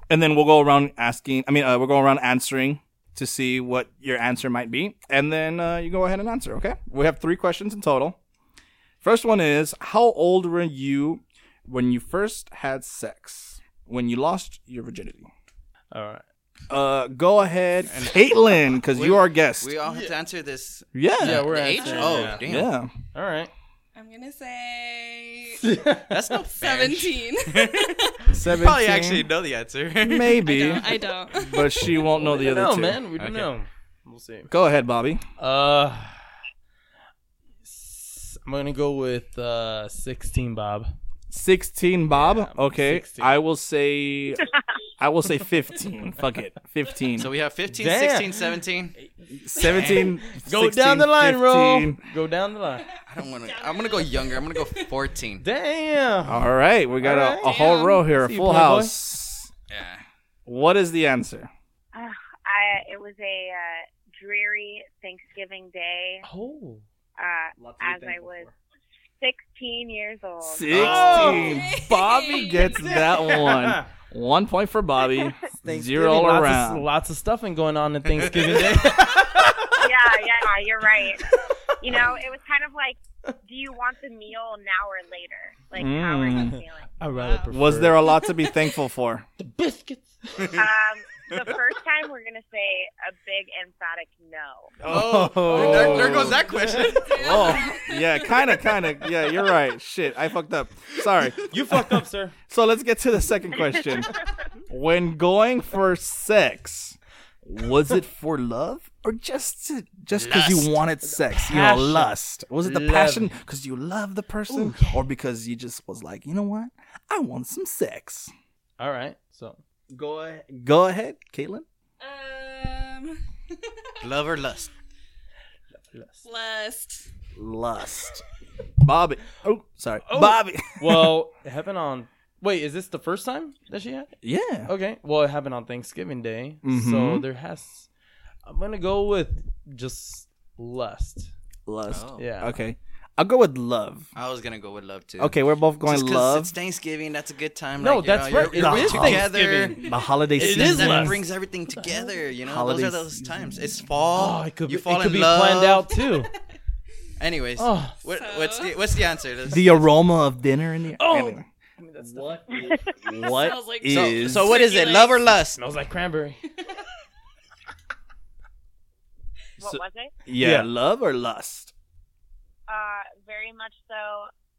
and then we'll go around asking. I mean, uh, we'll go around answering to see what your answer might be, and then uh, you go ahead and answer. Okay, we have three questions in total. First one is: How old were you when you first had sex? When you lost your virginity? All right. Uh, go ahead, Caitlin, because you We- are our guest. We all have to answer this. yeah, Yeah, we're the at age? that, Oh, yeah. damn. yeah. All (laughs) right. I'm gonna say That's (laughs) not fair. seventeen. You Seventeen. probably actually know the answer. maybe, (laughs) I don't. I don't. but she won't know the We other don't know, two. man. We don't Okay. know. We'll see. Go ahead, Bobby. Uh, s- I'm gonna go with uh 16, Bob. 16 bob Yeah, okay 16. i will say (laughs) i will say 15 fuck it 15 So so we have 15, Damn. 16, 17. 17 Go 16, down the 15. line, bro. Go down the line. I don't want to. I'm going to go younger. I'm going to go 14. (laughs) Damn. all right we got a, All a whole right. row here a See, full Playboy. house Yeah. what is the answer Ugh, I it was a uh, dreary Thanksgiving day Oh. uh, as I was 16 years old. 16 Oh. (laughs) bobby gets that one one point for bobby zero all lots around Of, lots of stuffing going on at Thanksgiving (laughs) Day. (laughs) yeah, yeah, you're right. You know, it was kind of like, do you want the meal now or later? Like, how are you Mm. feeling? I rather Wow. prefer was there a lot to be thankful for the biscuits? Um, the first time we're gonna say a big emphatic no. Oh, Oh. There, there goes that question. oh yeah kind of kind of yeah you're right shit i fucked up sorry You fucked up, sir. So let's get to the second (laughs) question. when going for sex, was it for love or just to, just because you Lust. wanted sex? You know, Passion. lust. Was it the Love. passion because you love the person, or because you just was like, you know what, I want some sex? All right. So Go ahead. Go ahead, Caitlin. Um, Love or lust? lust. Lust. Bobby. Oh, sorry, Oh. (laughs) Bobby. well, it happened on. Wait, is this the first time that she had? yeah. Okay. Well, it happened on Thanksgiving Day, so Mhm. there has. I'm gonna go with just lust. Lust. Oh. Yeah. Okay. I'll go with love. I was going to go with love too. Okay, we're both going Just 'cause It's love. Thanksgiving. That's a good time. like, No, you that's know, right. You're, it we're is together. Thanksgiving. The holiday It season. is that lust. brings everything together. You know, Holiday those are those season. times. It's fall. Oh, it could, you be, fall it could in be love. planned (laughs) out too. Anyways, Oh, what, So- what's the what's the answer? Let's- the aroma of dinner in the air. Oh. Anyway. what What Smells like- so, is so what is it? Love or lust? (laughs) smells like cranberry? What So- was it? yeah, Yeah. love or lust? Uh, very much so.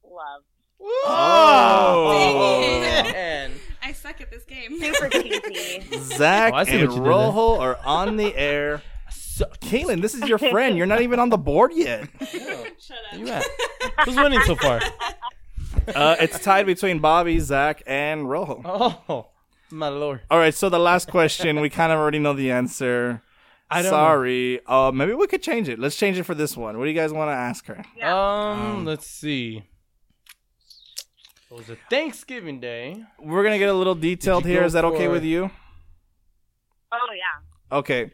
Love. Oh. Dang it. man. I suck at this game. (laughs) (laughs) Super cheesy. Zach Oh, I see and what you did there. Rojo are on the air. So, Caitlin, this is your friend. You're not even on the board yet. Shut (laughs) up. you at? Who's winning so far? Uh, it's tied between Bobby, Zach, and Rojo. Oh, my lord. All right, so the last question, we kind of already know the answer. I don't know. Sorry. Uh, maybe we could change it. Let's change it Um, for this one. What do you guys want to ask her? Yeah. Um, Um, let's see. Um, It was a Thanksgiving Day. We're gonna get a little detailed Did you here. go Is that okay for- with you? Oh yeah. Okay.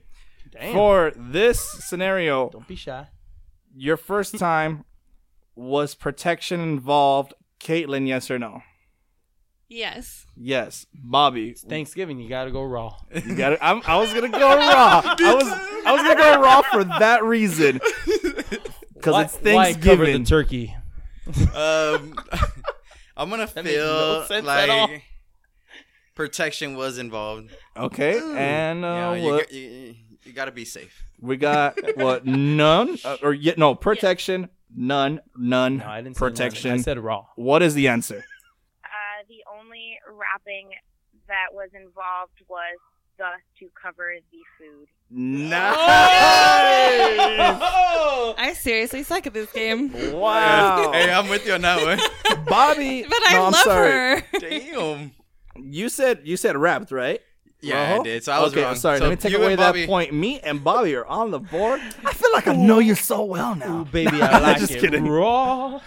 Damn. For this scenario, Don't be shy. your first time was protection involved. Caitlin, yes or no? Yes. Yes. Bobby, It's Thanksgiving. You gotta go raw. You got it. I'm, I was gonna go (laughs) raw. I was I was gonna go raw for that (laughs) reason. Because Why- it's why cover Thanksgiving. the turkey. Um, (laughs) I'm gonna That makes no feel sense at all. like protection was involved. okay, and uh, you, know, you what g- you, you gotta be safe. we got? What (laughs) none uh, or yet? No protection. None. None. No, I didn't. Say protection. nothing. I said raw. what is the answer? Uh, the only wrapping that was involved was thus to cover the food. Nice. I seriously suck at this game. (laughs) Hey, (laughs) Wow, I'm with you on that (laughs) one. Bobby. But I no, I'm love sorry. her. Damn. You said you said wrapped, right? Yeah, Raw? I did. So I was okay, wrong. I'm sorry. So Let me take you and away that Bobby- point. Me and Bobby are on the (laughs) board. I feel like I know you so well now. (laughs) Ooh, baby, I like Just it kidding. raw.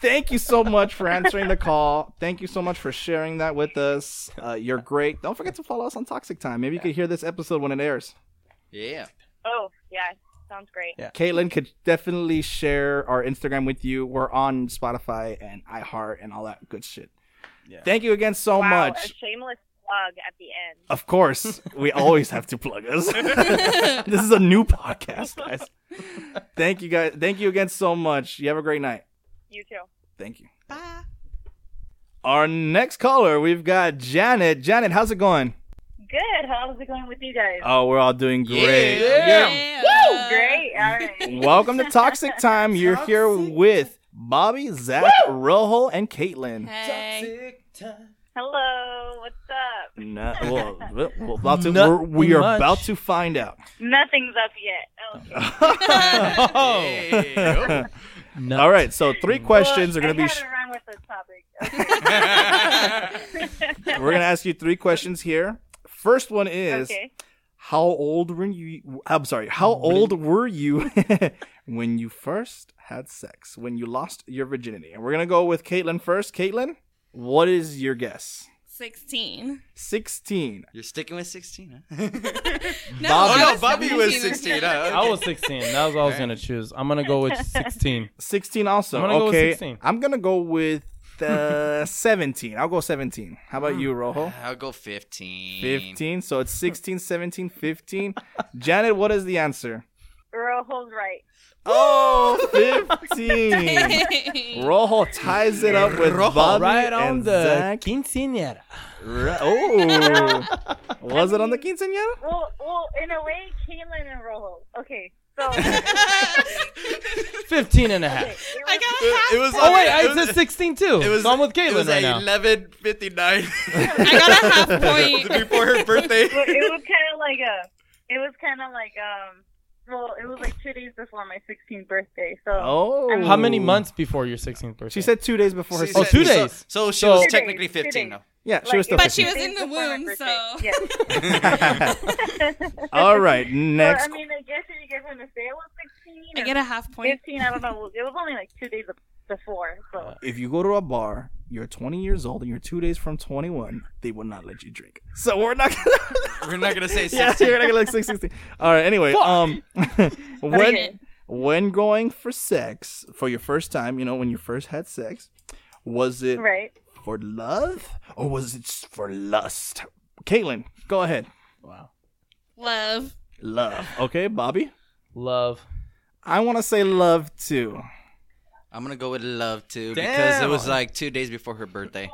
thank you so much for answering the call. Thank you so much for sharing that with us. Uh, you're great. Don't forget to follow us on Toxic Time. Maybe you could hear this episode when it airs. Yeah. Oh yeah, sounds great. Yeah. Caitlin could definitely share our Instagram with you. We're on Spotify and iHeart and all that good shit. Yeah. Thank you again so wow, a much. shameless plug at the end. Of course, we always have to plug us. (laughs) this is a new podcast, guys. Thank you guys. Thank you again so much. You have a great night. You too. Thank you. Bye. Our next caller, we've got Janet. Janet, how's it going? Good. How's it going with you guys? Oh, Oh, we're all doing great. Yeah. Woo! Great. All (laughs) right. Welcome to Toxic Time. You're here Toxic. with Bobby, Zach, Rojo, and Caitlin. Hey. Hello. What's up? No, well, well, we're about to, Not we're, we are much. about to find out. Nothing's up yet. Okay. Oh, Hey, yo. no. (laughs) All right, so three (laughs) questions are going Look, to be. I had Sh- to run with this (laughs) topic. we're going to ask you three questions here. First one is okay. How old were you? I'm sorry. How old were you (laughs) when you first had sex? When you lost your virginity? And we're going to go with Caitlin first. Caitlin, what is your guess? 16. 16. (laughs) You're sticking with 16, huh? (laughs) No, Bobby- Oh, I no, Bobby was Oh, 17. (laughs) 16. huh? I was 16. That was what I was gonna choose. I'm gonna go with 16. 16 also. I'm gonna go with okay. 16. I'm going to go with (laughs) uh, 17. I'll go 17. How about you, Rojo? I'll go 15. (laughs) 15. So it's 16, 17, 15. Janet, what is the (laughs) answer? Rojo's right. Oh, 15. Dang. Rojo ties it up with Rojo, Bobby Right on and the Zach. quinceañera. Ri- (laughs) oh, was it on the quinceañera? Well, well, in a way, Caitlin and Rojo. Okay. (laughs) So. okay, I 15 and a (laughs) half. it got was- half. It was Oh wait, it I was- said 16 too. It was so I'm with it Caitlin was right at now. 11:59 I got a (laughs) half point. before her (laughs) birthday. But it was kind of like a. It was kind of like um. Well, it was like two days before my 16th birthday. So. Oh, How many months before your 16th birthday? She said two days before her. She Oh, said- two so- days. So, she So- was Two technically days, two 15 days. now. yeah, she like, was still. it But she two was days in the before my womb, birthday. so- Yes. (laughs) (laughs) All right, Next. next. I mean, I guess if you guys want to say it was 16 I or get a half point. 15, I don't know. It was only like two days before. So. If you go to a bar, you're 20 years old and you're two days from 21, they will not let you drink. So we're not (laughs) gonna. (laughs) We're not gonna say 16. yeah, you're not gonna look 16. All right. Anyway, um, (laughs) when Okay. when going for sex for your first time, you know, when you first had sex, was it Right. for love or was it s- for lust? Caitlin, go ahead. Wow. Love. Love. Okay, Bobby. Love. I want to say love too. I'm gonna go with love too because Damn. it was like two days before her birthday,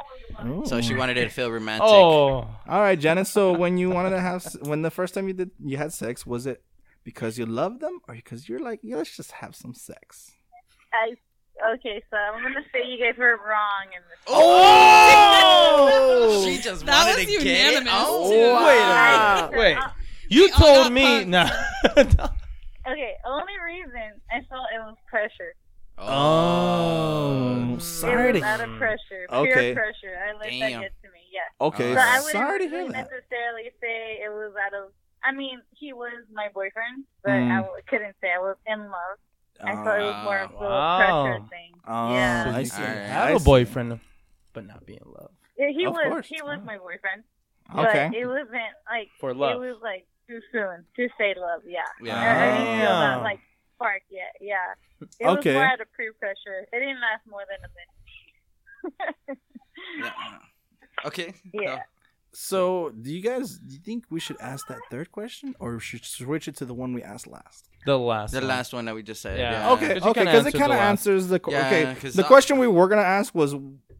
so she wanted it to feel romantic. Oh, All right, Janet. So when you wanted to have, s- when the first time you did, you had sex, was it because you love them or because you're like, yeah, let's just have some sex? I okay, so I'm gonna say you guys were wrong in this. (laughs) Oh! she just That wanted was to get it Oh, on. unanimous, too. Wow. wait. Uh, You We all told got me punked. (laughs) nah. okay, only reason I felt it was pressure. Oh, it sorry was to out hear. of pressure, Okay. pure pressure. I let Damn. that get to me. Yeah. Okay, So I wouldn't sorry to hear really that. necessarily say it was out of. I mean, he was my boyfriend, but Mm. Ah, I w- couldn't say I was in love. I felt it was more of a Wow. pressure thing. Uh, Oh, yeah. I You see. can Alright. I Have a see. boyfriend. but not be in love Yeah, he Of was course. he was my boyfriend, Okay. but it wasn't like for love. It was like too soon to say love. Yeah, Yeah. I, I didn't feel Ah. that like spark yet. Yeah, it was Okay. more out of peer pressure. It didn't last more than a minute. Yeah. Okay. Yeah. So, do you guys do you think we should ask that third question, or should switch it to the one we asked last? The last, The one. last one that we just said. Yeah. Yeah. Okay, Uh, 'cause you okay, kinda because it answered kind the of last. answers the qu- Yeah, okay. 'cause The I- question we were gonna ask was,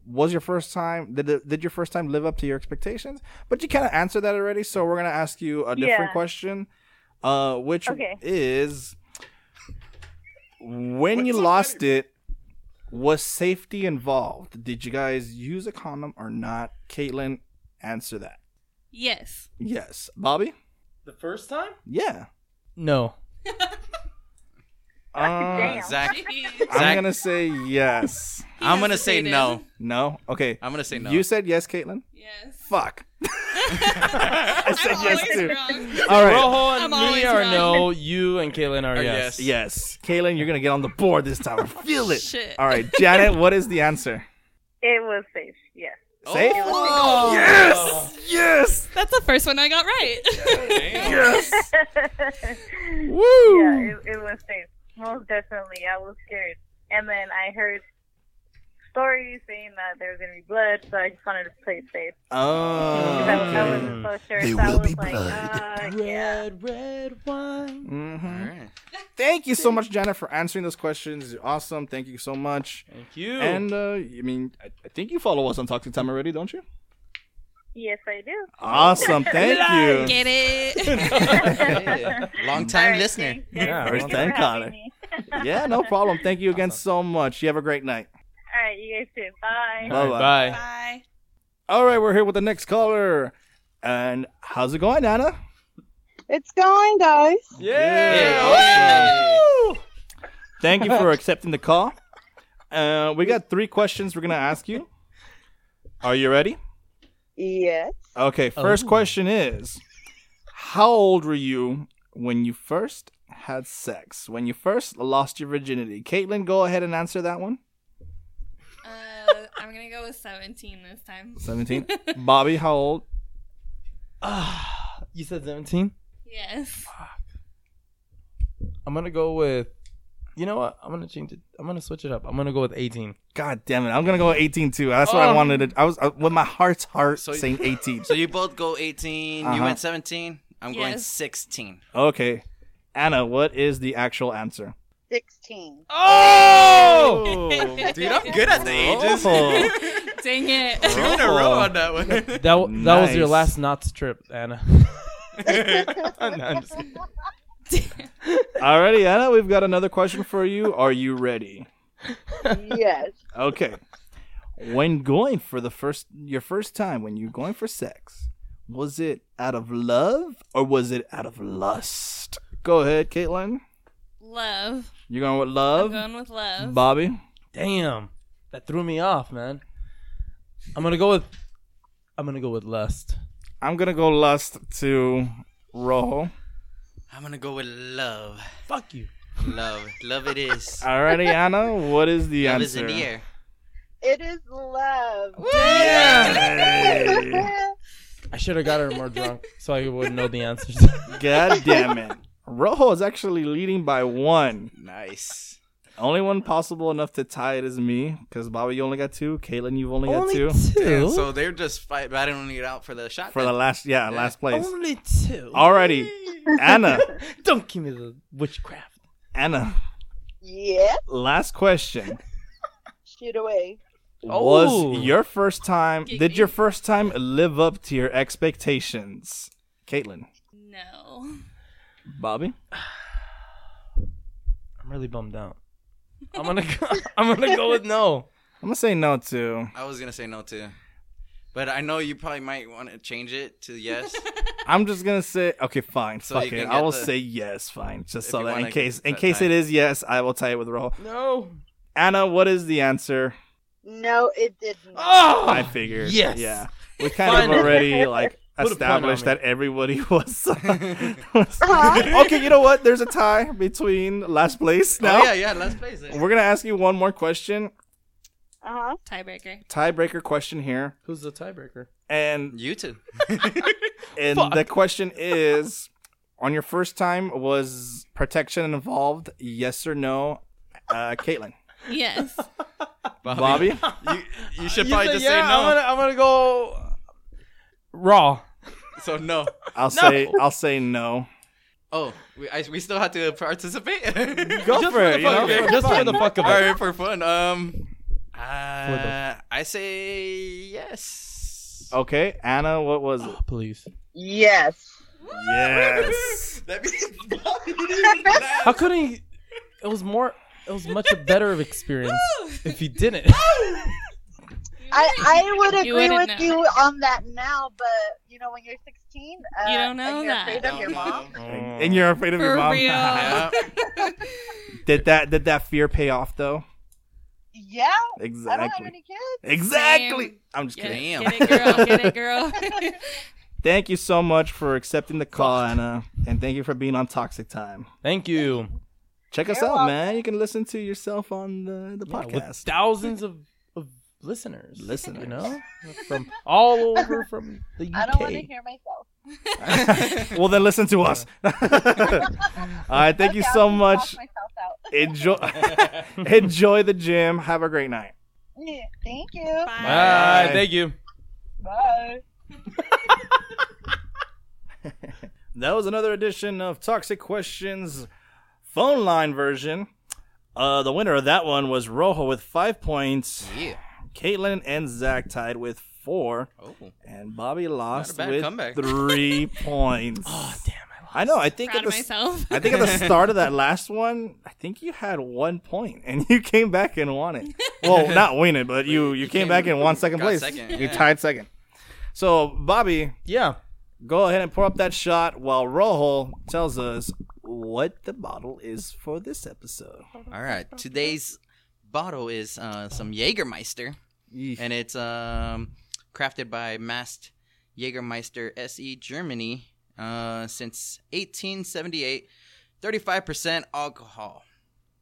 was your first time did it- did your first time live up to your expectations? But you kind of answered that already, so we're gonna ask you a different Yeah. question, uh, which Okay. is when you lost it, was safety involved? Did you guys use a condom or not? Caitlin, answer that. Yes. Yes, Bobby. The first time? Yeah. No. Uh, Damn. Zach, (laughs) Jeez. I'm Zach- gonna say yes. He I'm gonna say hesitated. no. No. Okay. I'm gonna say no. You said yes, Caitlin. Yes. (laughs) Fuck. I said am yes, always too. Wrong. All right. Rojo I'm and always me are wrong. no. You and Caitlin are Or yes. yes. Yes, Kaylin, you're gonna get on the board this time. I feel it. Shit. All right, Janet, what is the answer? It was safe. Yes. (laughs) Safe. Oh. Yes. Yes. That's the first one I got right. Yes. Woo. yeah, Hmm. it, it was safe. Most definitely, I was scared. And then I heard stories saying that there was gonna be blood, so I just wanted to play it safe. Oh. Because I, I wasn't so sure. They so I will was be like, blood. Uh, yeah. Red, red wine. All Mhm. right. Thank you so much, Janet, for answering those questions. You're awesome. Thank you so much. Thank you. And uh, I mean, I, I think you follow us on Toxic Time already, don't you? Yes, I (laughs) do. Awesome. (laughs) Thank you. Get (laughs) it? (laughs) Hey, Long time Alright, listener. thanks, guys. Yeah, (laughs) Thank first you for time having caller. me. (laughs) Yeah, no problem. Thank you again so much. You have a great night. All right, you guys too. (laughs) Bye. All right, Bye-bye. bye. Bye. All right, we're here with the next caller. And how's it going, Anna? It's going, guys. Yeah. Thank you for accepting the call. Uh, we got three questions we're going to ask you. Are you ready? Yes. Okay, first Oh. question is How old were you when you first had sex? When you first lost your virginity? Caitlin, go ahead and answer that one. Uh, I'm gonna go with 17 this time. 17. Bobby, how old? Ah, (sighs) you said 17? (laughs) Yes. I'm going to go with. You know what? I'm going to change it. I'm going to switch it up. I'm going to go with 18. God damn it. I'm going to go 18 too. That's what I Oh. wanted to. I was uh, with my heart's heart So- saying 18. So you both go 18. Uh-huh. You went 17. I'm going Yes. 16. Okay. Anna, what is the actual answer? 16. Oh! Dude, I'm good at the ages. Oh. Dang (laughs) it. Two in a row on that one. That, w- that was your Nice. last knots trip, (laughs) Anna. No, I'm just kidding. Alrighty, Anna, we've got another question for you. Are you ready? (laughs) yes. Okay. When going for the first your first time when you're going for sex, was it out of love or was it out of lust? Go ahead, Caitlin. (laughs) Love. You're going with I'm love? going with love. Bobby? Damn, that threw me off, man. I'm gonna go with. I'm gonna go with lust. I'm gonna go lust to roll. (laughs) I'm gonna go with love. Fuck you. Love. Love (laughs) it is. Alrighty, Anna, what is the love is answer? in the air. It is love. Yeah. I should have got her more (laughs) drunk so I would know the answers. God damn it. Rojo is actually leading by one. Nice. Only one possible enough to tie it is me, because Bobby, you only got two. Caitlin, you've only, (laughs) got two. Damn, so they're just fight battling it out for the shot. For the then. last, yeah, last place. Only two. Alrighty, Anna, Don't give me (laughs) the witchcraft. Anna, Yes. last question. Shoot away. Oh. Was your first time, did Giggity. your first time live up to your expectations? Caitlin, No. Bobby? I'm really bummed out. I'm gonna go, (laughs) I'm gonna go with no. I'm gonna say no too. I was gonna say no too, but I know you probably might want to change it to (laughs) yes. Oh, I'm just gonna say okay, fine, So fuck you it. can I get will the- say yes, fine, just If so you that in wanna case, in get case that it is yes, I will tie it with roll. No. Anna, what is the answer? No, it did not. Oh. Ah, I figured. Yes. Yeah. We kind of Finally. already like Put a pun on established me. that everybody (laughs) was. uh, (laughs) was- Huh? okay, you know what? There's a tie between last place now. Oh yeah, yeah. Let's place it. We're gonna ask you one more question. Oh. Uh-huh. Tiebreaker. Tiebreaker question here, Who's the tiebreaker? and You too. (laughs) and the question is: On your first time, was protection involved? Yes or no? Uh, Caitlin, (laughs) Yes. Bobby, (laughs) You, you should You probably said just yeah, say no. I'm gonna, I'm gonna go uh, raw. So no. I'll say I'll say no. Oh, we, I, we still have to participate. (laughs) Go Just for it. the you fuck know? of it. Just for the fuck of All it. right, for fun. Um, uh, I say yes. Okay, Anna, what was (laughs) it? Please. Yes. Yes. that (laughs) (laughs) means How could he? It was more. It was much a better of experience if he didn't. I, I would You agree wouldn't with know. you on that now, but you know when you're 16, uh, You don't know and you're that. afraid of your mom. Mm. and you're afraid of your For mom. real. (laughs) did that did that fear pay off though? Yeah, I don't have Exactly. any kids. Exactly. Same. I'm just Get kidding. Damn. it, get it, girl. Get it, girl. Thank you so much for accepting the call, Anna, and thank you for being on Toxic Time. Thank you. Check us You're out, welcome. man. You can listen to yourself on the, the Yeah, with podcast. thousands of, of listeners. Listeners. You know? From all over from the UK. I don't want to hear myself. (laughs) well, then listen to us. All right. Thank you Okay, so I'll just much. block myself out. Enjoy, (laughs) enjoy the gym. Have a great night. Yeah, (laughs) Thank you. Bye. Thank you. Bye. That was another edition of Toxic Questions phone line version. Uh, the winner of that one was Rojo with five points. yeah. Caitlin and Zach tied with four, Oh. and Bobby lost bad with comeback. three points. Oh damn! I, know. I think Proud at of the s- myself. I think at (laughs) the start of that last one, I think you had one point, and you came back and won it. Well, not win it, but you you came back and won second got place. second, You yeah. tied second. So Bobby, Yeah. go ahead and pour up that shot while Rojo tells us what the bottle is for this episode. All right. Today's bottle is uh, some Jägermeister, and it's um, crafted by Mast Jägermeister SE Germany uh, since 1878. 35% alcohol.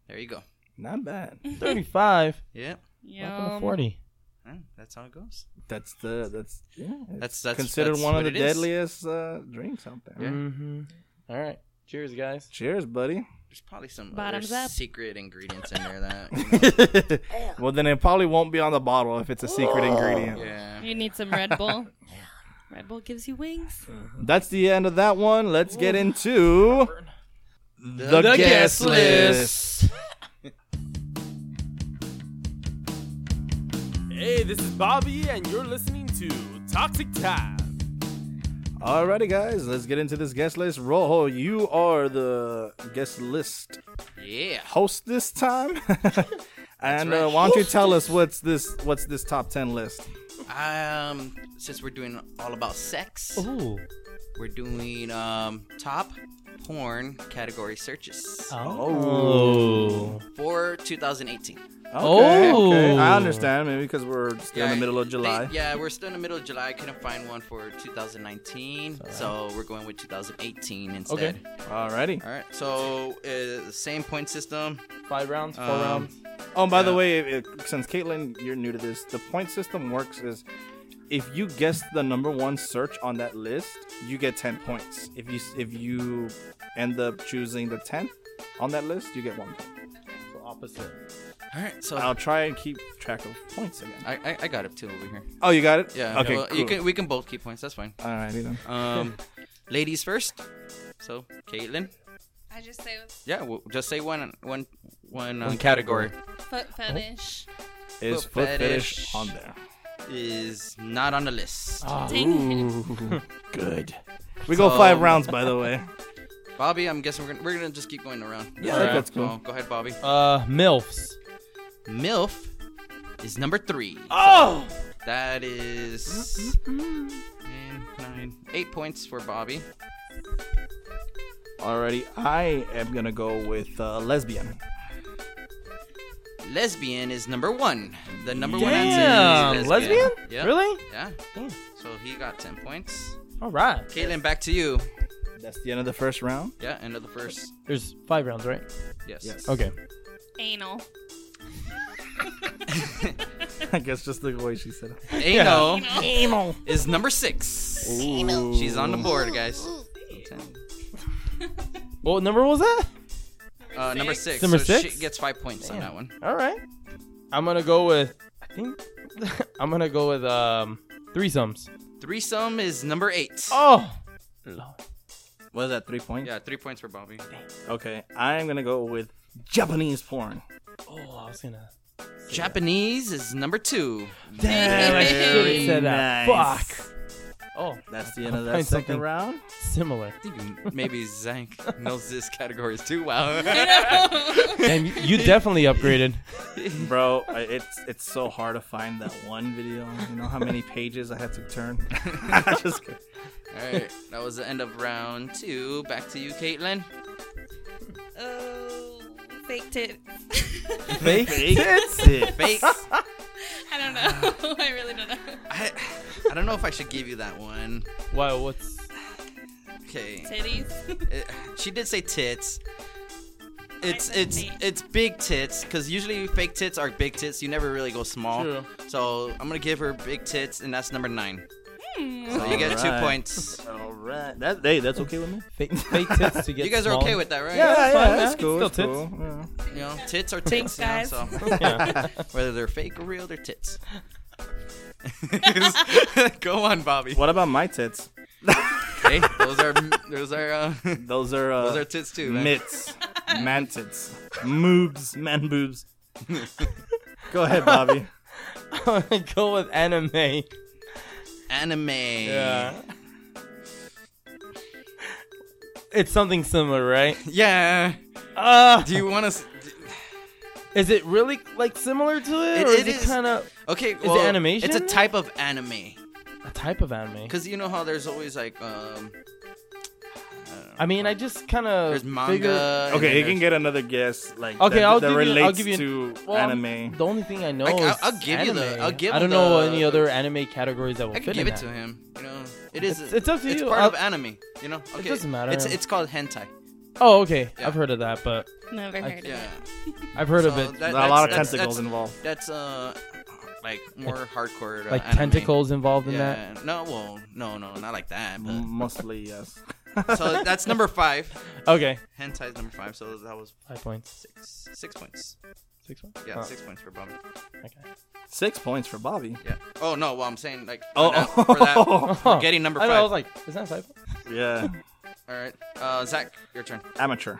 There you go. Not bad. 35. Yeah. Welcome to Yum. 40. Yeah, That's how it goes. That's the that's yeah. it's That's- that's- considered that's one of what the it is. deadliest uh, drinks out there. Mm-hmm. All right. Cheers, guys. Cheers, (laughs) buddy. (laughs) There's probably some Bottoms other up. secret ingredients in there (laughs) that. you well, then it probably won't be on the bottle if it's a secret ingredient. know, Oh. yeah. You need some Red Bull. Red Bull gives you wings. That's the end of that one. Let's get into the, The guest guest list. Hey, this is Bobby, and you're listening to Toxic Time. Alrighty, guys, let's get into this guest list. Rojo, you are the guest list Yeah. host this time. (laughs) and uh, right. why don't you tell us what's this what's this top 10 list? Um, since we're doing all about sex, Ooh. we're doing um top porn category searches Oh. for 2018. Okay, okay. Oh. I understand maybe because we're still in the Yeah, middle of they- July. yeah, we're still in the middle of July. Couldn't find one for 2019, so we're going with 2018 instead. Okay. Alrighty. All right. So uh, same point system. Five rounds, four Um, rounds. Oh, and by the Yeah. way, it, since Caitlin, you're new to this, the point system works is if you guess the number one search on that list, you get ten points. If you if you end up choosing the tenth on that list, you get one point. So opposite. All right. So I'll try and keep track of points again. I, I I got up two over here. Oh, you got it. Yeah. Okay. well, cool. You can we can both keep points. That's fine. Alrighty then. (laughs) Um, ladies first. So Caitlin. I just say Yeah, well, just say one, one, one, uh, category. foot fetish. Is Foot foot fetish. fetish. on there? is not on the Oh. list. Ah. Oh. Dang it. Good. We go So- five rounds, by the way. Bobby, I'm guessing we're gonna, we're gonna just keep going around. Yeah, I think that's cool. So, go ahead, Bobby. Uh, MILFs. MILF is number three. Ah! Oh! That is ten, nine, eight points for Bobby. Alrighty, I am gonna go with uh, lesbian. Lesbian is number one. The number one answer Damn. is Lesbian? Yeah. Really? Yeah. Damn. So he got ten points. All right. Caitlin, back to you. That's the end of the first round. (laughs) Yeah, end of the first. There's five rounds, (laughs) right? Yes. (laughs) Yes. Okay. Anal. I guess just the way she said it. Ano You know? is number six. She's on the board, guys. What number was that? Uh, number six. Number so six? She gets five points on Damn. that one. All right. I'm gonna go with. I think (laughs) I'm gonna go with um threesomes. Threesome is number eight. Oh, Lord. Was that three points? Yeah, three points for Bobby. Okay, I'm gonna go with Japanese porn. oh, I was gonna. Japanese is number two. Damn, I should have said that. nice. Fuck. Oh, That's the end of that Find second something. round. similar. I think maybe Zank (laughs) knows this categories too. Wow. (laughs) And you, you definitely (laughs) upgraded. Bro, I- it's it's so hard to find that one video. You know how (laughs) many pages I had to turn? (laughs) Just kidding. All right, that was the end of round two. Back to you, Caitlin. oh, fake tits. Fake. Fake tits. (laughs) Fake. (laughs) I don't know. (laughs) I really don't know. I, I don't know if I should give you that one. Wow, what's Okay. Titties. Uh, she did say tits. It's said it's fake. it's big tits because usually fake tits are big tits. You never really go small. True. So I'm gonna give her big tits, and that's number nine. Hmm. So you get two Alright. points. All right, that hey, that's okay with me. fake? Fake tits to get. You guys are small? okay with that, right? Yeah. that's fine, that's yeah. cool. Still that's cool. yeah. You know, tits are tits. Thanks, you know, guys. so (laughs) Yeah. whether they're fake or real, they're (laughs) tits. (laughs) go on, Bobby. What about my tits? Hey, those are those are uh, Those are uh, those are tits too. Man. (laughs) mitts, man tits, moobs, man boobs. Go ahead, (laughs) Bobby. I'm gonna go with anime. Anime. Yeah. It's something similar, (laughs) right? Yeah. Uh, Do you want to? is it really like similar to it, It- or it is is. it kind of Okay. it well, animation? It's a type of anime. a type of anime? Cause you know how there's always like um. I don't know. I mean, I just kind of there's manga. and Okay, then you can there's- get another guess. Like Okay, that, I'll that give you- I'll relates give you- to well, I'm- anime. The only thing I know Like, I'll- is I'll give you anime. the- I'll give I don't him know the- any other anime categories that will I fit can give in it to that. him. You know, it is. It's- it's up to It's you. part I'll- of anime. You know. Okay. doesn't matter. It's it's called hentai. Oh, okay. Yeah. I've heard of that, but Never I- heard of Yeah. it. I've heard So of it. that- There are a lot of that's- tentacles that's- (laughs) involved. That's uh, like more hardcore. Uh, Like anime. tentacles involved in that. Yeah. No. Well. No. No. Not like that. But. Mostly yes. so that's number five. Okay. Hentai is number five. So that was Five points. six. Six points. Six points. Yeah. Oh, Six points for Bobby. Okay. Six points for Bobby. Yeah. Oh no. Well, I'm saying like. Oh, Oh. for that, (laughs) Oh. getting number (laughs) I, five. know, I was like, is that five? points? (laughs) (laughs) yeah, All right. Uh, Zach, your turn. amateur.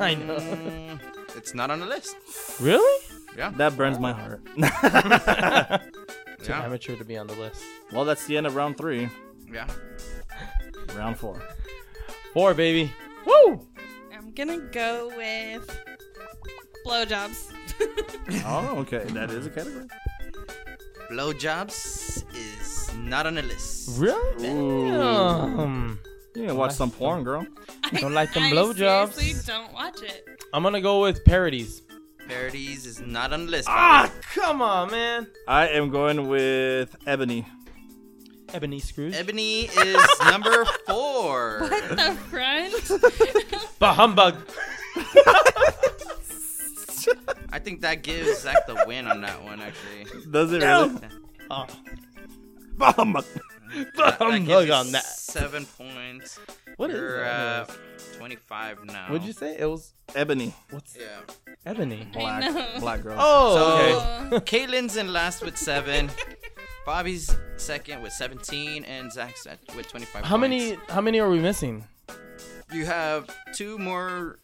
I know. Mm, it's not on the list. Really? That burns my heart. (laughs) Too Yeah. amateur to be on the list. well, that's the end of round three. Yeah. Round four. Four, baby. Woo! I'm gonna go with blowjobs. Oh, okay. That is a category. Blowjobs is not on the list. (laughs) Really? Damn. You can watch some porn, girl. Don't like them I blowjobs. seriously don't watch it. I'm gonna go with parodies. Parodies is not on the list. Ah, come on, man. I am going with Ebony. Ebony Scrooge. Ebony is number four. What the front? bah humbug. (laughs) (laughs) I think that gives Zach the win on that one, actually. (laughs) Does it really? Oh, Bum. That, that gives Look you on that. Seven points. what is You're that? uh, 25 now. What'd you say? It was Ebony. what's Yeah. ebony? I Black. know. Uh, Black girl. Oh, So- Caitlin's in last with (laughs) seven. Bobby's second with 17, and Zach's at, with 25. How points. many? How many are we missing? You have two more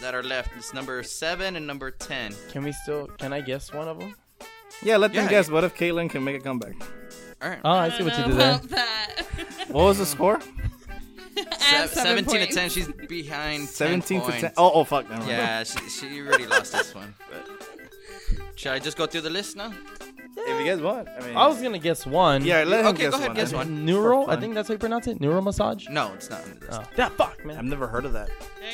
that are left. It's number seven and number 10. Can we still? Can I guess one of them? Yeah, let them Yeah. guess. What if Caitlyn can make a comeback? All right. Oh, I, I see don't what you know did (laughs) there. about that. What was the (laughs) score? I have Se- seven 17 points. to 10. She's behind 10 Seventeen to ten. points. Oh, oh, fuck. Never mind. Yeah, she, she really lost this one. But should I just go through the list now? If you guys want, I mean. I was gonna guess one. yeah, let him Okay, go guess ahead, one. guess I- one. Neural. For I fun. think that's how you pronounce it. Neural massage. No, it's not on the list. Oh. Yeah. Fuck, I've man. never heard of that.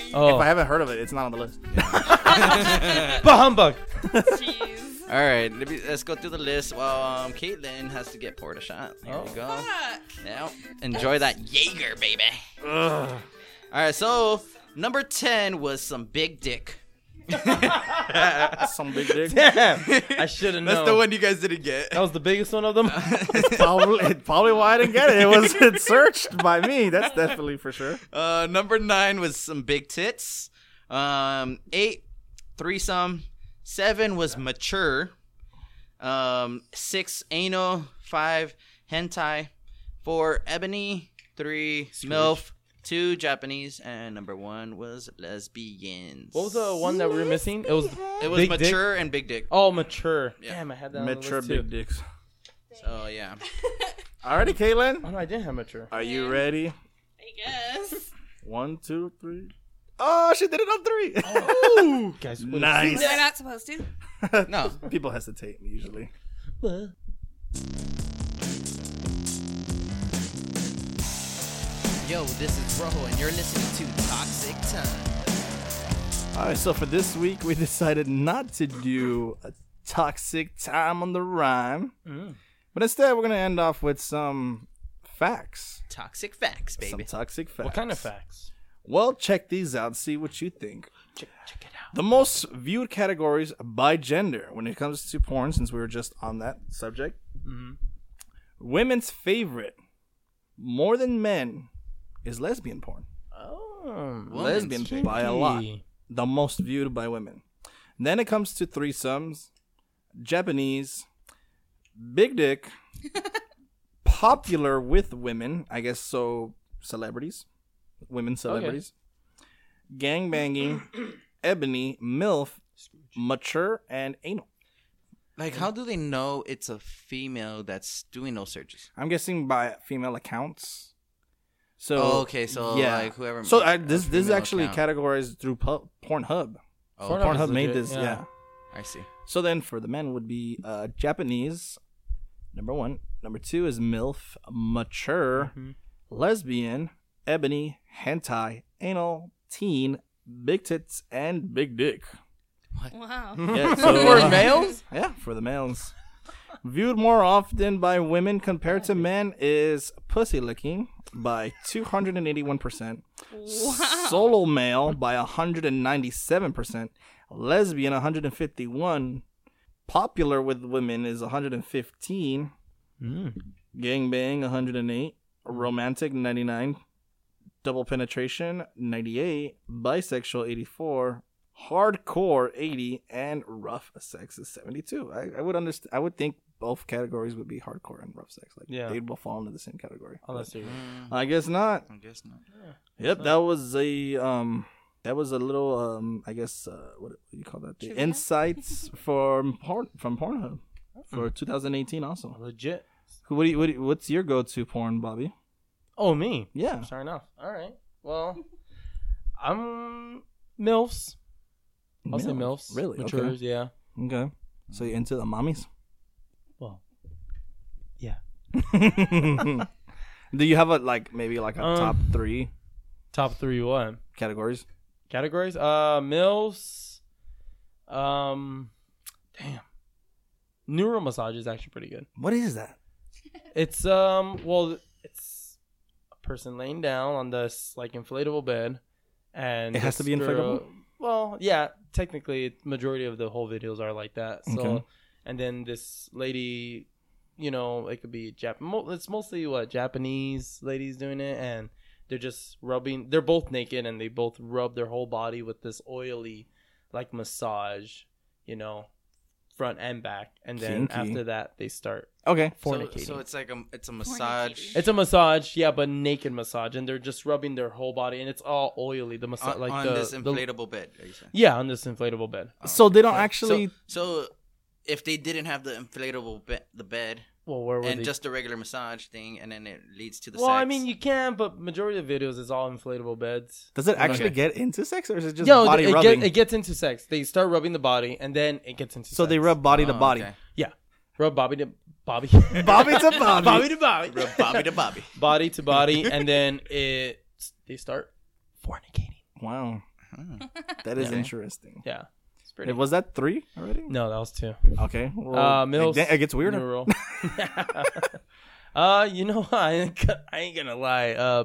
If I Oh, haven't heard of it, it's not on the list. bah humbug. (laughs) Jeez. (laughs) All right, let me, let's go through the list. Well, um, Caitlin has to get poured a shot. There we Oh. go. Fuck. Now, enjoy that Jaeger, baby. Ugh. All right, so number 10 was some big dick. That's Some big (laughs) dick. (laughs) Damn, I should have known. the one you guys didn't get. That was the biggest one of them. probably, probably why I didn't get it. It was (laughs) it searched by me. That's definitely for sure. Uh, number nine was some big tits. Um, eight, threesome. Seven was mature. Um, six, anal. Five, hentai. Four, ebony. Three, MILF. Two, Japanese. And number one was lesbians. what was the one that we were missing? It was It was Big dick? mature and big dick. oh mature. Yeah. Damn, I had that on the Mature list too. big dicks. So, yeah. Alrighty, Oh Caitlin. no, I didn't have mature. Are you ready? I guess. One, two, three. Oh, she did it on three. (laughs) Ooh, guys, what is- nice. Am (laughs) I not supposed to? No. People hesitate usually. Yo, this is Rojo, and you're listening to Toxic Time. All right, so for this week, we (laughs) decided not to do a toxic time on the rhyme, Mm. but instead, we're gonna end off with some facts, Toxic facts, baby. some toxic facts. What kind of facts? Well, check these out. See what you think. The most viewed categories by gender when it comes to porn, since we were just on that subject. Mm-hmm. Women's favorite, more than men, is lesbian porn. Oh, lesbian by a lot. (laughs) The most viewed by women. Then it comes to threesomes, Japanese, big (laughs) dick, popular with women, I guess so, celebrities, women celebrities, gang (clears throat) banging, ebony, MILF, mature, and anal. Like, how do they know it's a female that's doing those searches? I'm guessing by female accounts. So Oh, okay, so, like, whoever So made I, a this this is female actually account. categorized through pu- Pornhub. Oh, Pornhub Pornhub is made legit, this, yeah. yeah. I see. So then for the men would be uh, Japanese, number one. Number two is MILF, mature, lesbian, ebony, hentai, anal, teen, big tits, and big dick. Wow. Yeah, uh, For males? Yeah, for the males. Viewed more often by women compared to men is pussy licking by 281%, solo male by 197%, lesbian 151, popular with women is 115, Hmm. gangbang 108, romantic 99, double penetration 98, bisexual 84, hardcore 80 and rough sex is 72 i, I would understand i would think both categories would be hardcore and rough sex like Yeah. Oh, they both fall into the same category Unless you're i guess not Mm, I guess not. yep that was a um that was a little um i guess uh what do you call that the Trivia? insights from porn from pornhub for 2018 also legit. Who- what do you, what do you, what's your go-to porn bobby Oh me. yeah Sorry enough. All right. Well, I'm milfs. I'll say Milfs. milfs. really matures. Yeah. okay okay so you're into the mommies Well, yeah. (laughs) Do you have a like maybe like a Um, top three Top three what categories? categories? Uh, milfs. Um, damn. Neural massage is actually pretty good. What is that? It's um well it's a person laying down on this like inflatable bed and It has to this be inflatable? girl- well, yeah, technically majority of the whole videos are like that. So Okay. and then this lady, you know, it could be Jap mo- it's mostly what Japanese ladies doing it and they're just rubbing they're both naked and they both rub their whole body with this oily like massage, you know, front and back and then Kinky. after that they start Okay. So, fornicating. so it's like a it's a massage It's a massage, yeah, but naked massage, and they're just rubbing their whole body, and it's all oily. The massage, on, like on the, this the- inflatable bed. Are you saying? yeah, on this inflatable bed. So they don't Okay. actually. So, so if they didn't have the inflatable be- the bed Well, where were and they? just the regular massage thing, and then it leads to the well, sex. I mean, you can, but majority of videos is all inflatable beds. does it actually Okay. get into sex or is it just no, body it, get- rubbing? it gets into sex. They start rubbing the body, and then it gets into. so they sex. rub body to Oh, body. okay. rub body to (laughs) bobby, Bobby to (laughs) body. bobby to body, Rub bobby to bobby. (laughs) body to (laughs) body, and then it they start fornicating. (laughs) Wow. That is Okay. interesting. Yeah, it's pretty. It was that three already? no, that was two. Okay. Well, Uh, it (laughs) Mills, get- it, gets weirder. Neural. (laughs) Uh, you know (laughs) what? I ain't, go- I ain't gonna lie. Uh,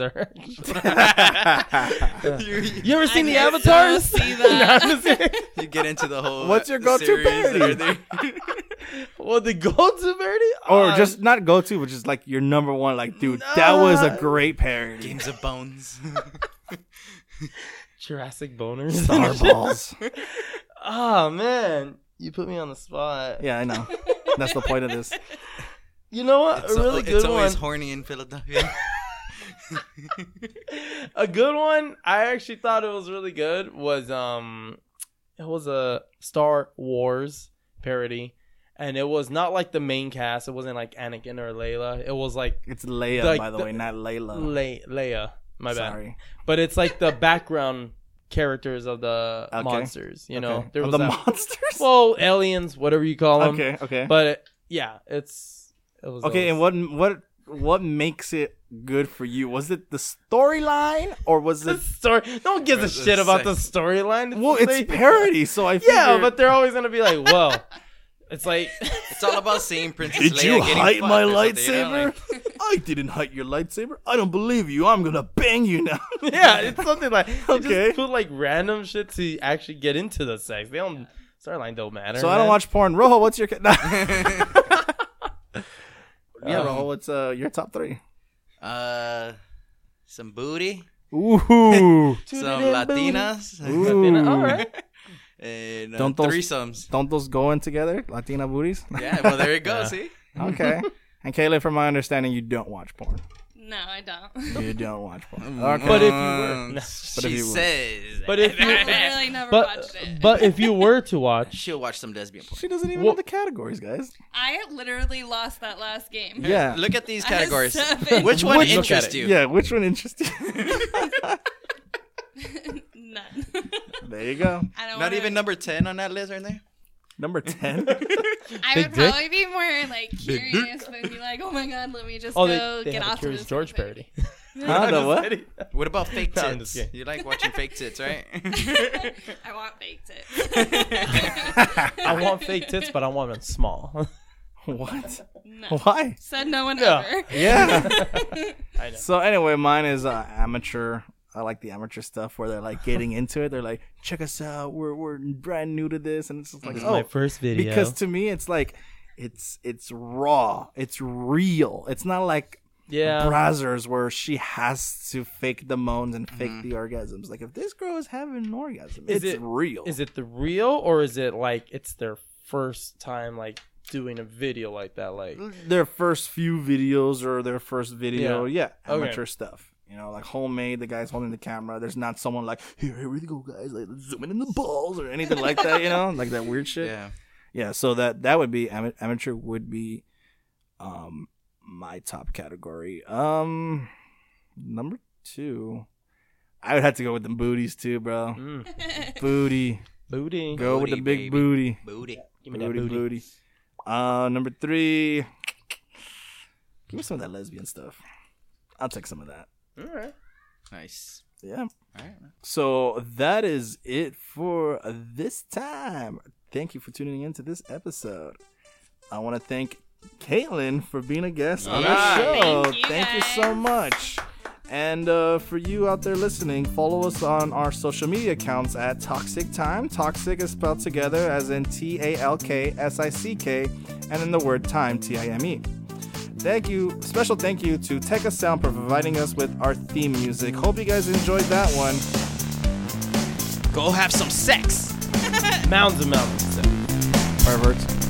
(laughs) are. (laughs) you ever seen the guess I'll avatars? (laughs) see that. No, I'm just kidding. you get into the whole. What's your go-to series that are parody? (laughs) there. well, the go-to parody, or Uh, just not go to, but just like your number one. Like, dude, that was a Nah. great (laughs) parody. Games of Bones. Jurassic boners. (laughs) Star balls. oh man, you put me on the spot. (laughs) Yeah, I know. That's the point of this. You know what? (laughs) it's a really al- good it's one. always horny in Philadelphia. (laughs) (laughs) a good one I actually thought it was really good was um it was a Star Wars parody and it was not like the main cast it wasn't like Anakin or Layla it was like It's Leia, Like by the, the- way, not Layla. Le- Leia my bad Sorry. but it's like the background characters of the Okay. monsters you know Okay. there Of the was (laughs) that- monsters. well aliens whatever you call them okay, okay, but it, yeah it's it was okay. those. And what what what makes it good for you? Was it the storyline or was the it? (laughs) story no one gives a It's shit about the sex. storyline (laughs) Well, they- it's parody, so I figured, Yeah, but they're always gonna be like, "Whoa!" it's (laughs) like, it's all about seeing Princess Did Leia you getting hide fucked my or something, you know, lightsaber? like- I (laughs) didn't hide your lightsaber. I don't believe you. I'm gonna bang you now. (laughs) yeah, it's something like they Okay. just put like random shit to actually get into the sex. They don't storyline don't matter. So I don't man. watch porn. Rojo, what's your? (laughs) yeah, Um, Rojo, what's uh, your top three? uh, some booty, Ooh, Tooted some and booted. Latinas, (laughs) Ooh. Latina, All right, and uh, Don't those- threesomes. don't those go in together? Latina booties. Yeah, well, there you go. Yeah. See, (laughs) Okay. And Kayla, from my understanding, you don't watch porn. No, (laughs) I don't. You don't watch (laughs) porn. Mm, Okay. But if you were- um, no. But if she you were. says, but if you, (laughs) I really never but watched it. but if you were (laughs) to watch, she'll watch some lesbian porn. she doesn't even Well- know the categories, guys. I literally lost that last game. Yeah. Look at these I have categories. seven. Which one Look at interests it. you? Yeah, which one interests you? (laughs) (laughs) None. (laughs) there you go. I Not don't wanna- even number ten on that list, aren't (laughs) there? Number 10. I Big would dick? probably be more like curious and be like, "Oh my god, let me just oh, go they, they get have a off of Curious this George quick." parody. Huh, the what? (laughs) What about fake No, I'm just tits? kidding. you like watching fake tits, (laughs) right? (laughs) I want baked it. I want fake tits, but I want them small. (laughs) what? (laughs) no. Why? Said no one Yeah. ever. Yeah. (laughs) I know. so, anyway, mine is uh, amateur. I like the amateur stuff where they're like getting into it. They're like, check us out. We're, we're brand new to this. And it's just like, This is my oh, first video. because to me, it's like, it's it's raw. It's real. It's not like yeah, browsers where she has to fake the moans and fake the orgasms. Like if this girl is having an orgasm, Mm. Is it's it- real. is it the real or is it like it's their first time like doing a video like that? Like, their first few videos or their first video? Yeah, Okay. amateur stuff. You know, like homemade. The guy's holding the camera. There's not someone like here, here we go, guys. Like let's zoom in in the balls or anything like that. You know, like that weird shit. Yeah. yeah. so that that would be ama- amateur would be, um, my top category. Um, number two. I would have to go with the booties too, bro. (laughs) mm, Booty. booty. Go with the Booty, big baby. booty. Booty. Give me that Booty, booty. booty. Uh, number three. Give me some of that lesbian stuff. I'll take some of that. All right. Nice. Yeah. All right. man. So that is it for this time. Thank you for tuning in to this episode. I want to thank Caitlin for being a guest on Yeah. our show. Thank you, so much. And uh, for you out there listening, follow us on our social media accounts at Toxic Time. Toxic is spelled together as in T A L K S I C K and in the word time, T I M E. Thank you. Special thank you to Tekka Sound for providing us with our theme music. Hope you guys enjoyed that one. Go have some sex. Mounds and mounds. Perverts.